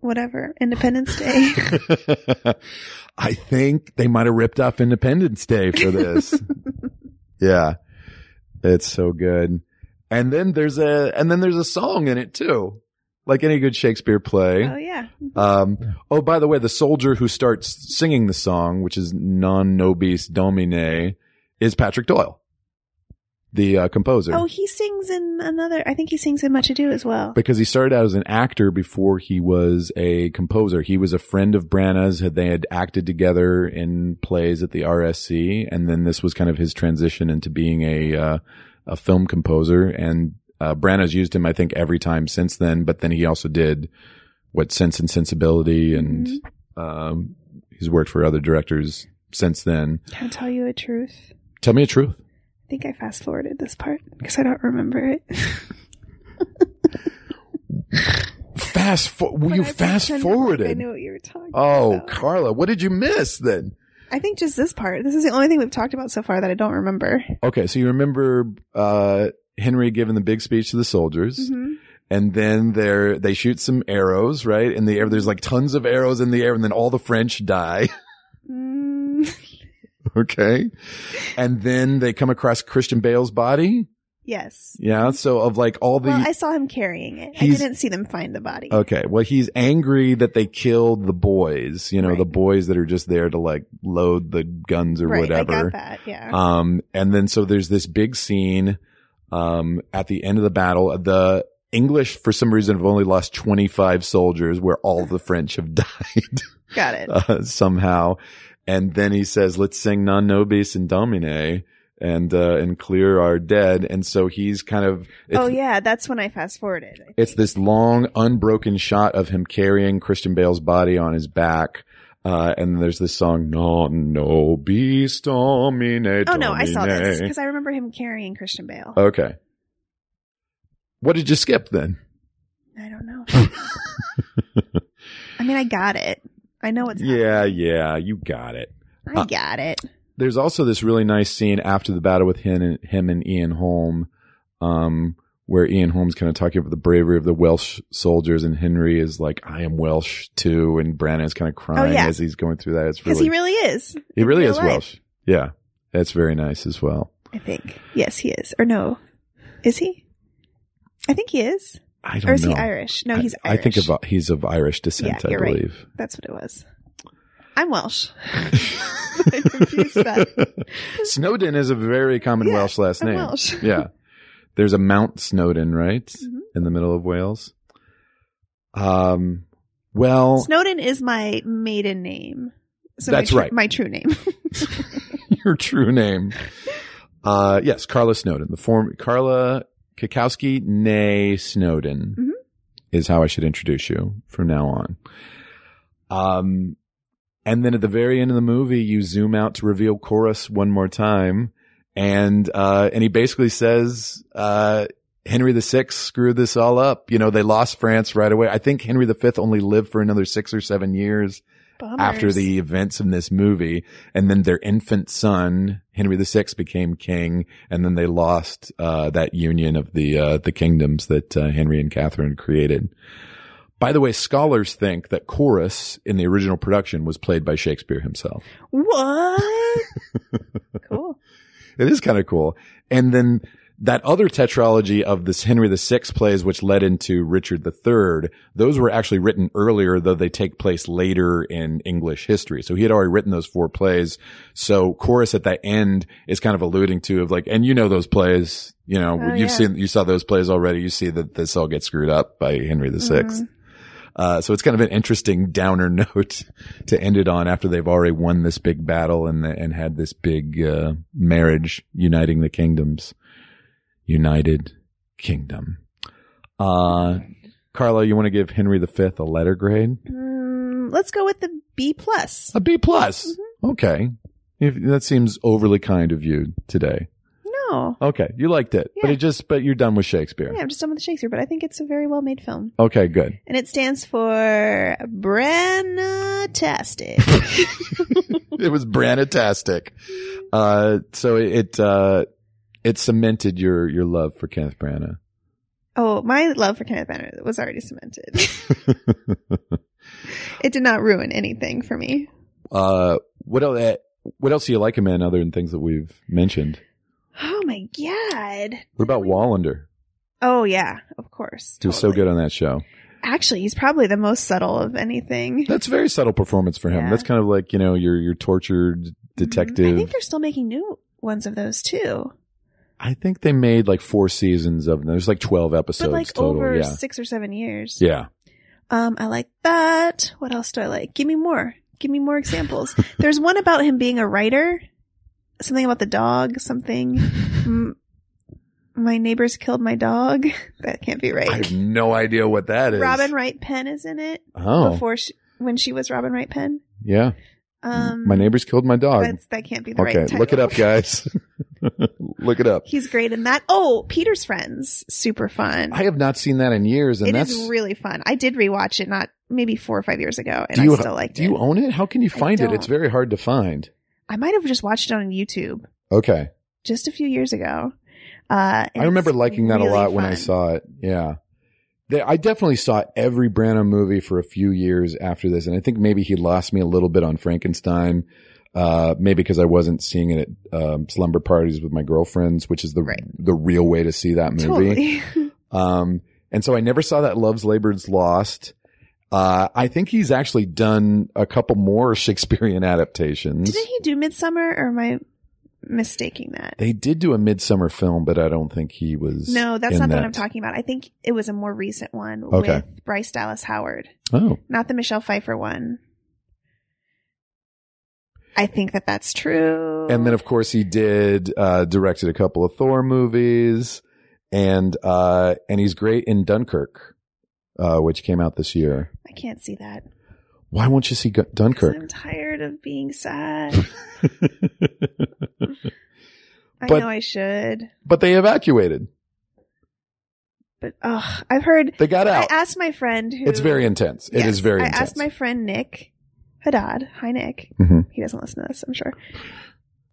Speaker 3: whatever, Independence Day.
Speaker 2: I think they might have ripped off Independence Day for this. yeah. It's so good. And then there's a and then there's a song in it too. Like any good Shakespeare play.
Speaker 3: oh yeah.
Speaker 2: Um, oh, by the way, the soldier who starts singing the song, which is Non Nobis Domine, is Patrick Doyle, the uh, composer.
Speaker 3: Oh, he sings in another I think he sings in Much Ado as well.
Speaker 2: because he started out as an actor before he was a composer. He was a friend of Brana's. Had they had acted together in plays at the RSC, and then this was kind of his transition into being a uh, a film composer. And uh, Brana's used him, I think, every time since then. But then he also did what Sense and Sensibility, and
Speaker 3: Mm-hmm.
Speaker 2: um, he's worked for other directors since then.
Speaker 3: Can I tell you a truth?
Speaker 2: Tell me a truth.
Speaker 3: I think I fast forwarded this part because I don't remember it.
Speaker 2: fast fo- will
Speaker 3: But
Speaker 2: you
Speaker 3: I
Speaker 2: fast
Speaker 3: pretended
Speaker 2: forwarded.
Speaker 3: like I knew what you were talking
Speaker 2: oh,
Speaker 3: about.
Speaker 2: Carla, what did you miss then?
Speaker 3: I think just this part. This is the only thing we've talked about so far that I don't remember.
Speaker 2: Okay, so you remember uh, Henry giving the big speech to the soldiers,
Speaker 3: Mhm.
Speaker 2: and then there they shoot some arrows, right? In the air, there's like tons of arrows in the air, and then all the French die.
Speaker 3: Mm,
Speaker 2: okay, and then they come across Christian Bale's body.
Speaker 3: yes.
Speaker 2: Yeah, so of like all the
Speaker 3: Mm-hmm. well, I saw him carrying it. I
Speaker 2: He's-
Speaker 3: didn't see them find the body.
Speaker 2: Okay. Well, he's angry that they killed the boys, you know,
Speaker 3: Right.
Speaker 2: the boys that are just there to like load the guns or
Speaker 3: right. I
Speaker 2: whatever.
Speaker 3: got that. Yeah.
Speaker 2: Um, and then so there's this big scene, um, at the end of the battle. The English, for some reason, have only lost 25 soldiers where all the French have died
Speaker 3: got it.
Speaker 2: uh, somehow. And then he says, let's sing non nobis and domine and, uh, and clear our dead. And so he's kind of, it's
Speaker 3: oh yeah, that's when I fast forwarded. I
Speaker 2: it's
Speaker 3: think.
Speaker 2: this long, unbroken shot of him carrying Christian Bale's body on his back. Uh, and there's this song, Non nobis domine.
Speaker 3: Oh no, I saw this
Speaker 2: domine."
Speaker 3: because I remember him carrying Christian Bale.
Speaker 2: Okay. What did you skip then?
Speaker 3: I don't know. I mean, I got it. I know what's
Speaker 2: Yeah, yeah, you got it.
Speaker 3: happening. I got it.
Speaker 2: There's also this really nice scene after the battle with him and, him and Ian Holm, um, where Ian Holm's kind of talking about the bravery of the Welsh soldiers, and Henry is like, "I am Welsh too," and Branagh's kind of crying
Speaker 3: Oh, yeah.
Speaker 2: as he's going through that. It's
Speaker 3: Because
Speaker 2: really
Speaker 3: he really is.
Speaker 2: He really
Speaker 3: real
Speaker 2: is
Speaker 3: life.
Speaker 2: Welsh. Yeah. That's very nice as well.
Speaker 3: I think. Yes, he is. Or no, is he? I think he is.
Speaker 2: I don't
Speaker 3: Or is
Speaker 2: know.
Speaker 3: he Irish? No, he's
Speaker 2: I,
Speaker 3: Irish.
Speaker 2: I think of, uh, he's of Irish descent,
Speaker 3: Yeah,
Speaker 2: I
Speaker 3: you're right.
Speaker 2: believe.
Speaker 3: That's what it was. I'm Welsh. I confused that.
Speaker 2: Snowden is a very common
Speaker 3: Yeah, Oh,
Speaker 2: Welsh last
Speaker 3: I'm
Speaker 2: name.
Speaker 3: Welsh.
Speaker 2: yeah. There's a Mount Snowden, right? In the middle of Wales. Um, well,
Speaker 3: Snowden is my maiden name. So
Speaker 2: That's
Speaker 3: my tru-
Speaker 2: right.
Speaker 3: My true name.
Speaker 2: your true name. Uh, yes, Carla Snowden, the form, Carla Kakowski, nay Snowden
Speaker 3: Mhm.
Speaker 2: is how I should introduce you from now on. Um, and then at the very end of the movie, you zoom out to reveal Chorus one more time. And, uh, and he basically says, uh, Henry VI screwed this all up. You know, they lost France right away. I think Henry V only lived for another six or seven years after
Speaker 3: Bummers.
Speaker 2: the events in this movie. And then their infant son, Henry VI, became king. And then they lost, uh, that union of the, uh, the kingdoms that, uh, Henry and Catherine created. By the way, scholars think that Chorus in the original production was played by Shakespeare himself.
Speaker 3: What? cool.
Speaker 2: It is kind of cool. And then that other tetralogy of this Henry VI plays, which led into Richard III, those were actually written earlier, though they take place later in English history. So he had already written those four plays. So chorus at that end is kind of alluding to of like, and you know those plays, you know,
Speaker 3: Oh,
Speaker 2: you've
Speaker 3: yeah.
Speaker 2: seen, you saw those plays already. You see that this all gets screwed up by Henry VI.
Speaker 3: Mm-hmm.
Speaker 2: Uh, so it's kind of an interesting downer note to end it on after they've already won this big battle and and had this big uh, marriage uniting the kingdoms, United Kingdom. Uh, Carla, you want to give Henry V a letter grade?
Speaker 3: Mm, let's go with the B plus.
Speaker 2: A B plus.
Speaker 3: Mm-hmm.
Speaker 2: Okay, if, that seems overly kind of you today.
Speaker 3: No.
Speaker 2: Okay, you liked it, but
Speaker 3: Yeah.
Speaker 2: it just but you're done with Shakespeare.
Speaker 3: Yeah, I'm just done with the Shakespeare, but I think it's a very well made film.
Speaker 2: Okay, good.
Speaker 3: And it stands for Branatastic.
Speaker 2: it was branatastic. Uh, so it uh, it cemented your your love for Kenneth Branagh.
Speaker 3: oh, my love for Kenneth Branagh was already cemented. it did not ruin anything for me.
Speaker 2: uh, what else? What else do you like him in other than things that we've mentioned?
Speaker 3: Oh my god.
Speaker 2: What about Wallander?
Speaker 3: Oh yeah, of course.
Speaker 2: He was so
Speaker 3: totally.
Speaker 2: good on that show.
Speaker 3: Actually, he's probably the most subtle of anything.
Speaker 2: That's a very subtle performance for him.
Speaker 3: Yeah. Mm-hmm.
Speaker 2: That's kind of like you know your your tortured detective.
Speaker 3: I think they're still making new ones of those too.
Speaker 2: I think they made like four seasons of them. There's like twelve episodes
Speaker 3: but like
Speaker 2: total.
Speaker 3: over
Speaker 2: yeah,
Speaker 3: 6 or 7 years.
Speaker 2: yeah.
Speaker 3: Um, I like that. What else do I like? Give me more. Give me more examples. There's one about him being a writer. Something about the dog. Something. M- my neighbors killed my dog. That can't be
Speaker 2: I
Speaker 3: right.
Speaker 2: have no idea what that is.
Speaker 3: Robin Wright Penn is in it
Speaker 2: Oh,
Speaker 3: before she, when she was Robin Wright Penn.
Speaker 2: yeah.
Speaker 3: Um,
Speaker 2: my neighbors killed my dog.
Speaker 3: That's, that can't be the right
Speaker 2: okay,
Speaker 3: title.
Speaker 2: look it up, guys. Look it up.
Speaker 3: He's great in that. Oh, Peter's Friends, super fun.
Speaker 2: I have not seen that in years, and
Speaker 3: It
Speaker 2: that's.
Speaker 3: is really fun. I did rewatch it not maybe four or five years ago, and
Speaker 2: do you
Speaker 3: I still liked
Speaker 2: do
Speaker 3: it.
Speaker 2: you own it? How can you
Speaker 3: I
Speaker 2: find it?
Speaker 3: don't.
Speaker 2: It's very hard to find.
Speaker 3: I might have just watched it on YouTube
Speaker 2: Okay,
Speaker 3: just a few years ago. Uh, and
Speaker 2: I remember
Speaker 3: it's
Speaker 2: liking that a
Speaker 3: really
Speaker 2: lot when I
Speaker 3: fun.
Speaker 2: saw it. Yeah, There- I definitely saw every Branham movie for a few years after this, and I think maybe he lost me a little bit on Frankenstein. Uh, maybe because I wasn't seeing it at um, slumber parties with my girlfriends, which is the
Speaker 3: Right.
Speaker 2: the real way to see that movie.
Speaker 3: Totally.
Speaker 2: Um, and so I never saw that Love's Labor's Lost. Uh, I think he's actually done a couple more Shakespearean adaptations.
Speaker 3: Didn't he do Midsummer, or am I mistaking that?
Speaker 2: They did do a midsummer film, but I don't think he was.
Speaker 3: No, that's
Speaker 2: in
Speaker 3: not the one
Speaker 2: that.
Speaker 3: I'm talking about. I think it was a more recent one
Speaker 2: Okay.
Speaker 3: with Bryce Dallas Howard,
Speaker 2: Oh,
Speaker 3: not the Michelle Pfeiffer one. I think that that's true.
Speaker 2: and then of course he did uh, directed a couple of Thor movies, and uh, and he's great in Dunkirk, uh, which came out this year.
Speaker 3: I can't see that.
Speaker 2: Why won't you see Gu-
Speaker 3: 'Cause
Speaker 2: Dunkirk?
Speaker 3: I'm tired of being sad. I
Speaker 2: But-
Speaker 3: know I should,
Speaker 2: But they evacuated.
Speaker 3: but ugh, I've heard.
Speaker 2: They got
Speaker 3: I
Speaker 2: out.
Speaker 3: asked my friend who.
Speaker 2: It's very intense. It
Speaker 3: Yes,
Speaker 2: is very
Speaker 3: I
Speaker 2: intense.
Speaker 3: asked my friend Nick Haddad. Hi, Nick.
Speaker 2: Mhm.
Speaker 3: He doesn't listen to this, I'm sure.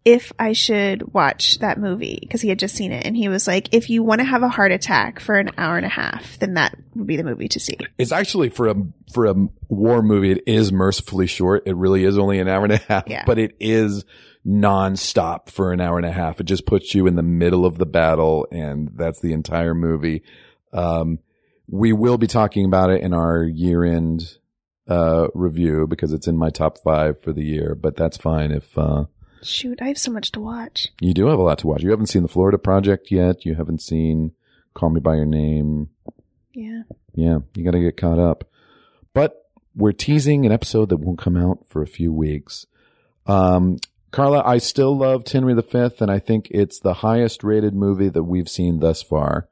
Speaker 3: If I should watch that movie because he had just seen it, and he was like, "If you want to have a heart attack for an hour and a half, then that would be the movie to see."
Speaker 2: It's actually for a for a war movie. It is mercifully short. It really is only an hour and a half,
Speaker 3: Yeah.
Speaker 2: but it is nonstop for an hour and a half. It just puts you in the middle of the battle, and that's the entire movie. Um, we will be talking about it in our year end uh, review because it's in my top five for the year. But that's fine if uh,
Speaker 3: Shoot, I have so much to watch.
Speaker 2: you do have a lot to watch. You haven't seen the Florida Project yet. You haven't seen Call Me by Your Name.
Speaker 3: Yeah,
Speaker 2: Yeah, you got to get caught up. But we're teasing an episode that won't come out for a few weeks. Um, Carla, I still loved Henry V, and I think it's the highest rated movie that we've seen thus far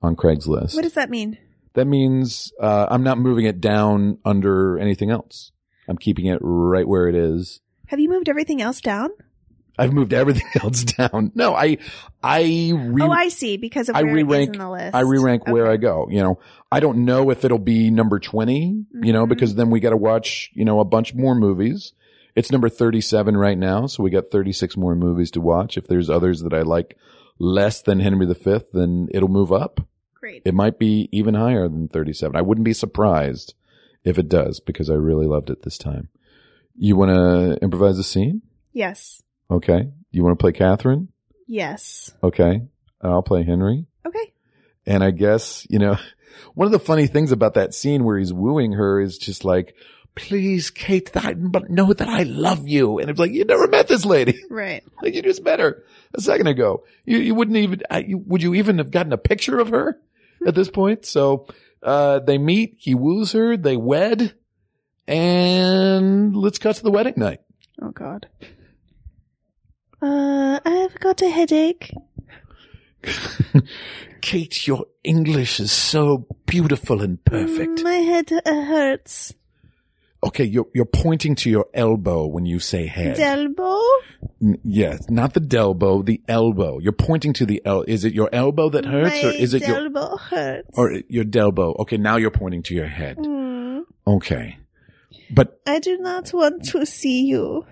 Speaker 2: on Craigslist.
Speaker 3: what does that mean?
Speaker 2: that means uh, I'm not moving it down under anything else. I'm keeping it right where it is.
Speaker 3: Have you moved everything else down?
Speaker 2: I've moved everything else down. No, I, I, re-
Speaker 3: oh, I see. Because of
Speaker 2: I
Speaker 3: where it is
Speaker 2: re-rank-
Speaker 3: in the list, Oh,
Speaker 2: I re-rank where
Speaker 3: Okay.
Speaker 2: I go. You know, I don't know if it'll be number 20, you know,
Speaker 3: Mhm.
Speaker 2: because then we got to watch, you know, a bunch more movies. It's number 37 right now. So we got 36 more movies to watch. If there's others that I like less than Henry V, then it'll move up.
Speaker 3: Great.
Speaker 2: It might be even higher than 37. I wouldn't be surprised if it does because I really loved it this time. You want to improvise a scene?
Speaker 3: yes.
Speaker 2: Okay. You want to play Catherine?
Speaker 3: Yes.
Speaker 2: Okay. I'll play Henry.
Speaker 3: Okay.
Speaker 2: And I guess, you know, one of the funny things about that scene where he's wooing her is just like, please, Kate, that I, but know that I love you. And it's like, you never met this lady.
Speaker 3: Right.
Speaker 2: Like you just met her a second ago. You, you wouldn't even, I, you, would you even have gotten a picture of her at this point? So, uh, they meet, he woos her, they wed, and let's cut to the wedding night.
Speaker 3: Oh God. Uh, I've got a headache.
Speaker 2: Kate, your English is so beautiful and
Speaker 3: Mm, My head uh, hurts.
Speaker 2: Okay, you're, you're pointing to your elbow when you say head.
Speaker 3: Delbo?
Speaker 2: N- Yes, not the delbo, the elbow. You're pointing to the el. Is it your elbow that hurts,
Speaker 3: My
Speaker 2: or is it your
Speaker 3: Delbo hurts.
Speaker 2: or your delbo? Okay, now you're pointing to your head.
Speaker 3: Mm,
Speaker 2: Okay, but
Speaker 3: I do not want to see you.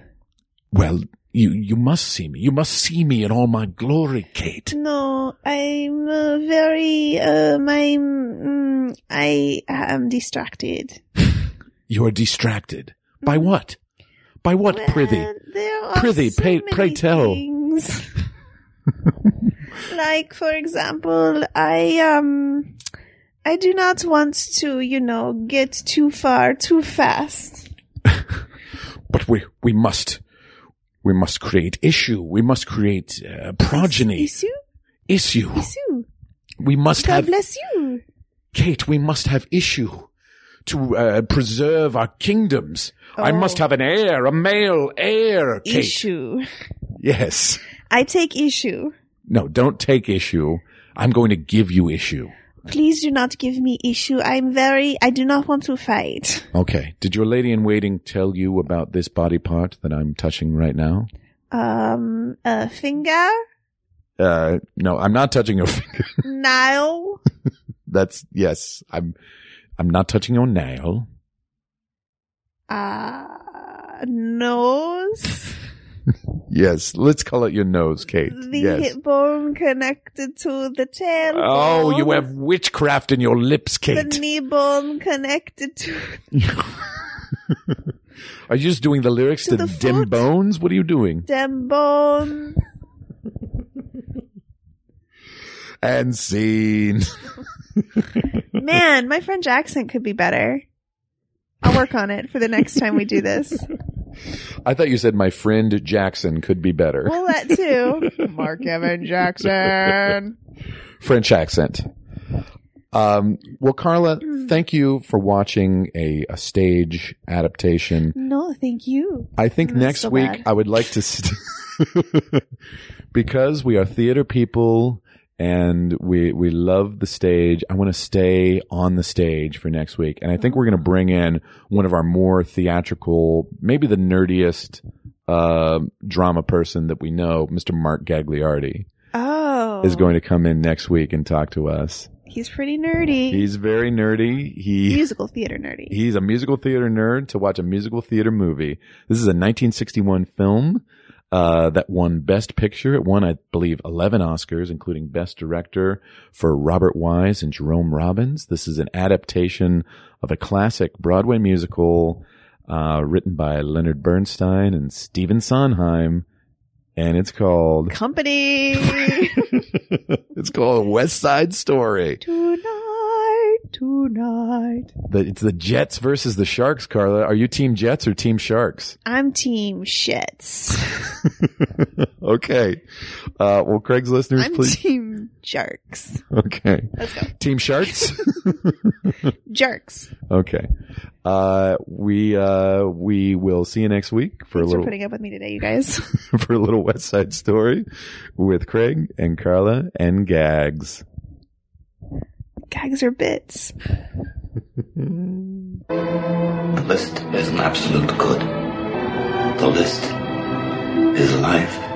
Speaker 2: well, you you must see me. You must see me in all my glory, Kate.
Speaker 3: No, I'm uh, very, uh, my, mm, I am distracted.
Speaker 2: You are distracted by what? By what, prithee?
Speaker 3: Mm-hmm. Well, uh, there are
Speaker 2: Prithee,
Speaker 3: so
Speaker 2: pay-
Speaker 3: many
Speaker 2: pray tell.
Speaker 3: things. like, for example, I um, I do not want to, you know, get too far too fast.
Speaker 2: But we we must. We must create issue. We must create uh, progeny
Speaker 3: Issue,
Speaker 2: issue.
Speaker 3: issue.
Speaker 2: We must
Speaker 3: God
Speaker 2: have
Speaker 3: bless you.
Speaker 2: Kate, we must have issue to uh, preserve our kingdoms. I
Speaker 3: Oh.
Speaker 2: must have an heir, a male heir, Kate.
Speaker 3: Issue.
Speaker 2: Yes.
Speaker 3: I take issue.
Speaker 2: No, don't take issue. I'm going to give you issue.
Speaker 3: Please do not give me issue. I'm very. I do not want to fight.
Speaker 2: Okay. Did your lady in waiting tell you about this body part that I'm touching right now?
Speaker 3: Um, a finger.
Speaker 2: Uh, no, I'm not touching your finger.
Speaker 3: Nile.
Speaker 2: That's yes. I'm. I'm not touching your nail.
Speaker 3: Uh, nose.
Speaker 2: Yes, let's call it your nose, Kate.
Speaker 3: The
Speaker 2: yes.
Speaker 3: hip bone connected to the tail.
Speaker 2: Oh, you
Speaker 3: bone.
Speaker 2: have witchcraft in your lips,
Speaker 3: The
Speaker 2: Kate.
Speaker 3: knee bone connected to.
Speaker 2: Are you just doing the lyrics
Speaker 3: To
Speaker 2: to,
Speaker 3: the
Speaker 2: Dim
Speaker 3: foot.
Speaker 2: Bones? What are you doing?
Speaker 3: Dem bone.
Speaker 2: And scene.
Speaker 3: Man, my French accent could be better. I'll work on it for the next time we do this.
Speaker 2: I thought you said my friend Jackson could be better.
Speaker 3: Well, that too. Mark Evan Jackson.
Speaker 2: French accent. Um, well, Carla, thank you for watching a, a stage adaptation.
Speaker 3: No, thank you.
Speaker 2: I think
Speaker 3: Mm, that's
Speaker 2: next
Speaker 3: so
Speaker 2: week
Speaker 3: bad.
Speaker 2: I would like to, st- because we are theater people and we we love the stage. I want to stay on the stage for next week, and I think we're going
Speaker 3: Mm.
Speaker 2: to bring in one of our more theatrical, maybe the nerdiest uh, drama person that we know, Mr. Mark Gagliardi,
Speaker 3: Oh,
Speaker 2: is going to come in next week and talk to us.
Speaker 3: He's pretty nerdy.
Speaker 2: He's very nerdy. He
Speaker 3: musical theater nerdy.
Speaker 2: He's a musical theater nerd to watch a musical theater movie. This is a 1961 film uh, that won Best Picture. It won, I believe, 11 Oscars, including Best Director for Robert Wise and Jerome Robbins. This is an adaptation of a classic Broadway musical uh, written by Leonard Bernstein and Stephen Sondheim, and it's called
Speaker 3: Company
Speaker 2: it's called West Side Story.
Speaker 3: tonight, tonight.
Speaker 2: The, it's the Jets versus the Sharks. Carla, are you Team Jets or Team Sharks?
Speaker 3: I'm team shits.
Speaker 2: okay. Uh, well, Craig's listeners,
Speaker 3: I'm
Speaker 2: please.
Speaker 3: team jerks.
Speaker 2: okay.
Speaker 3: Let's go,
Speaker 2: Team Sharks.
Speaker 3: jerks.
Speaker 2: okay. Uh, we, uh, we will see you next week for a
Speaker 3: Thanks for
Speaker 2: little,
Speaker 3: putting up with me today, you guys.
Speaker 2: for a little West Side Story with Craig and Carla and Gags.
Speaker 3: Gags are bits.
Speaker 1: The list is an absolute good. The list is life.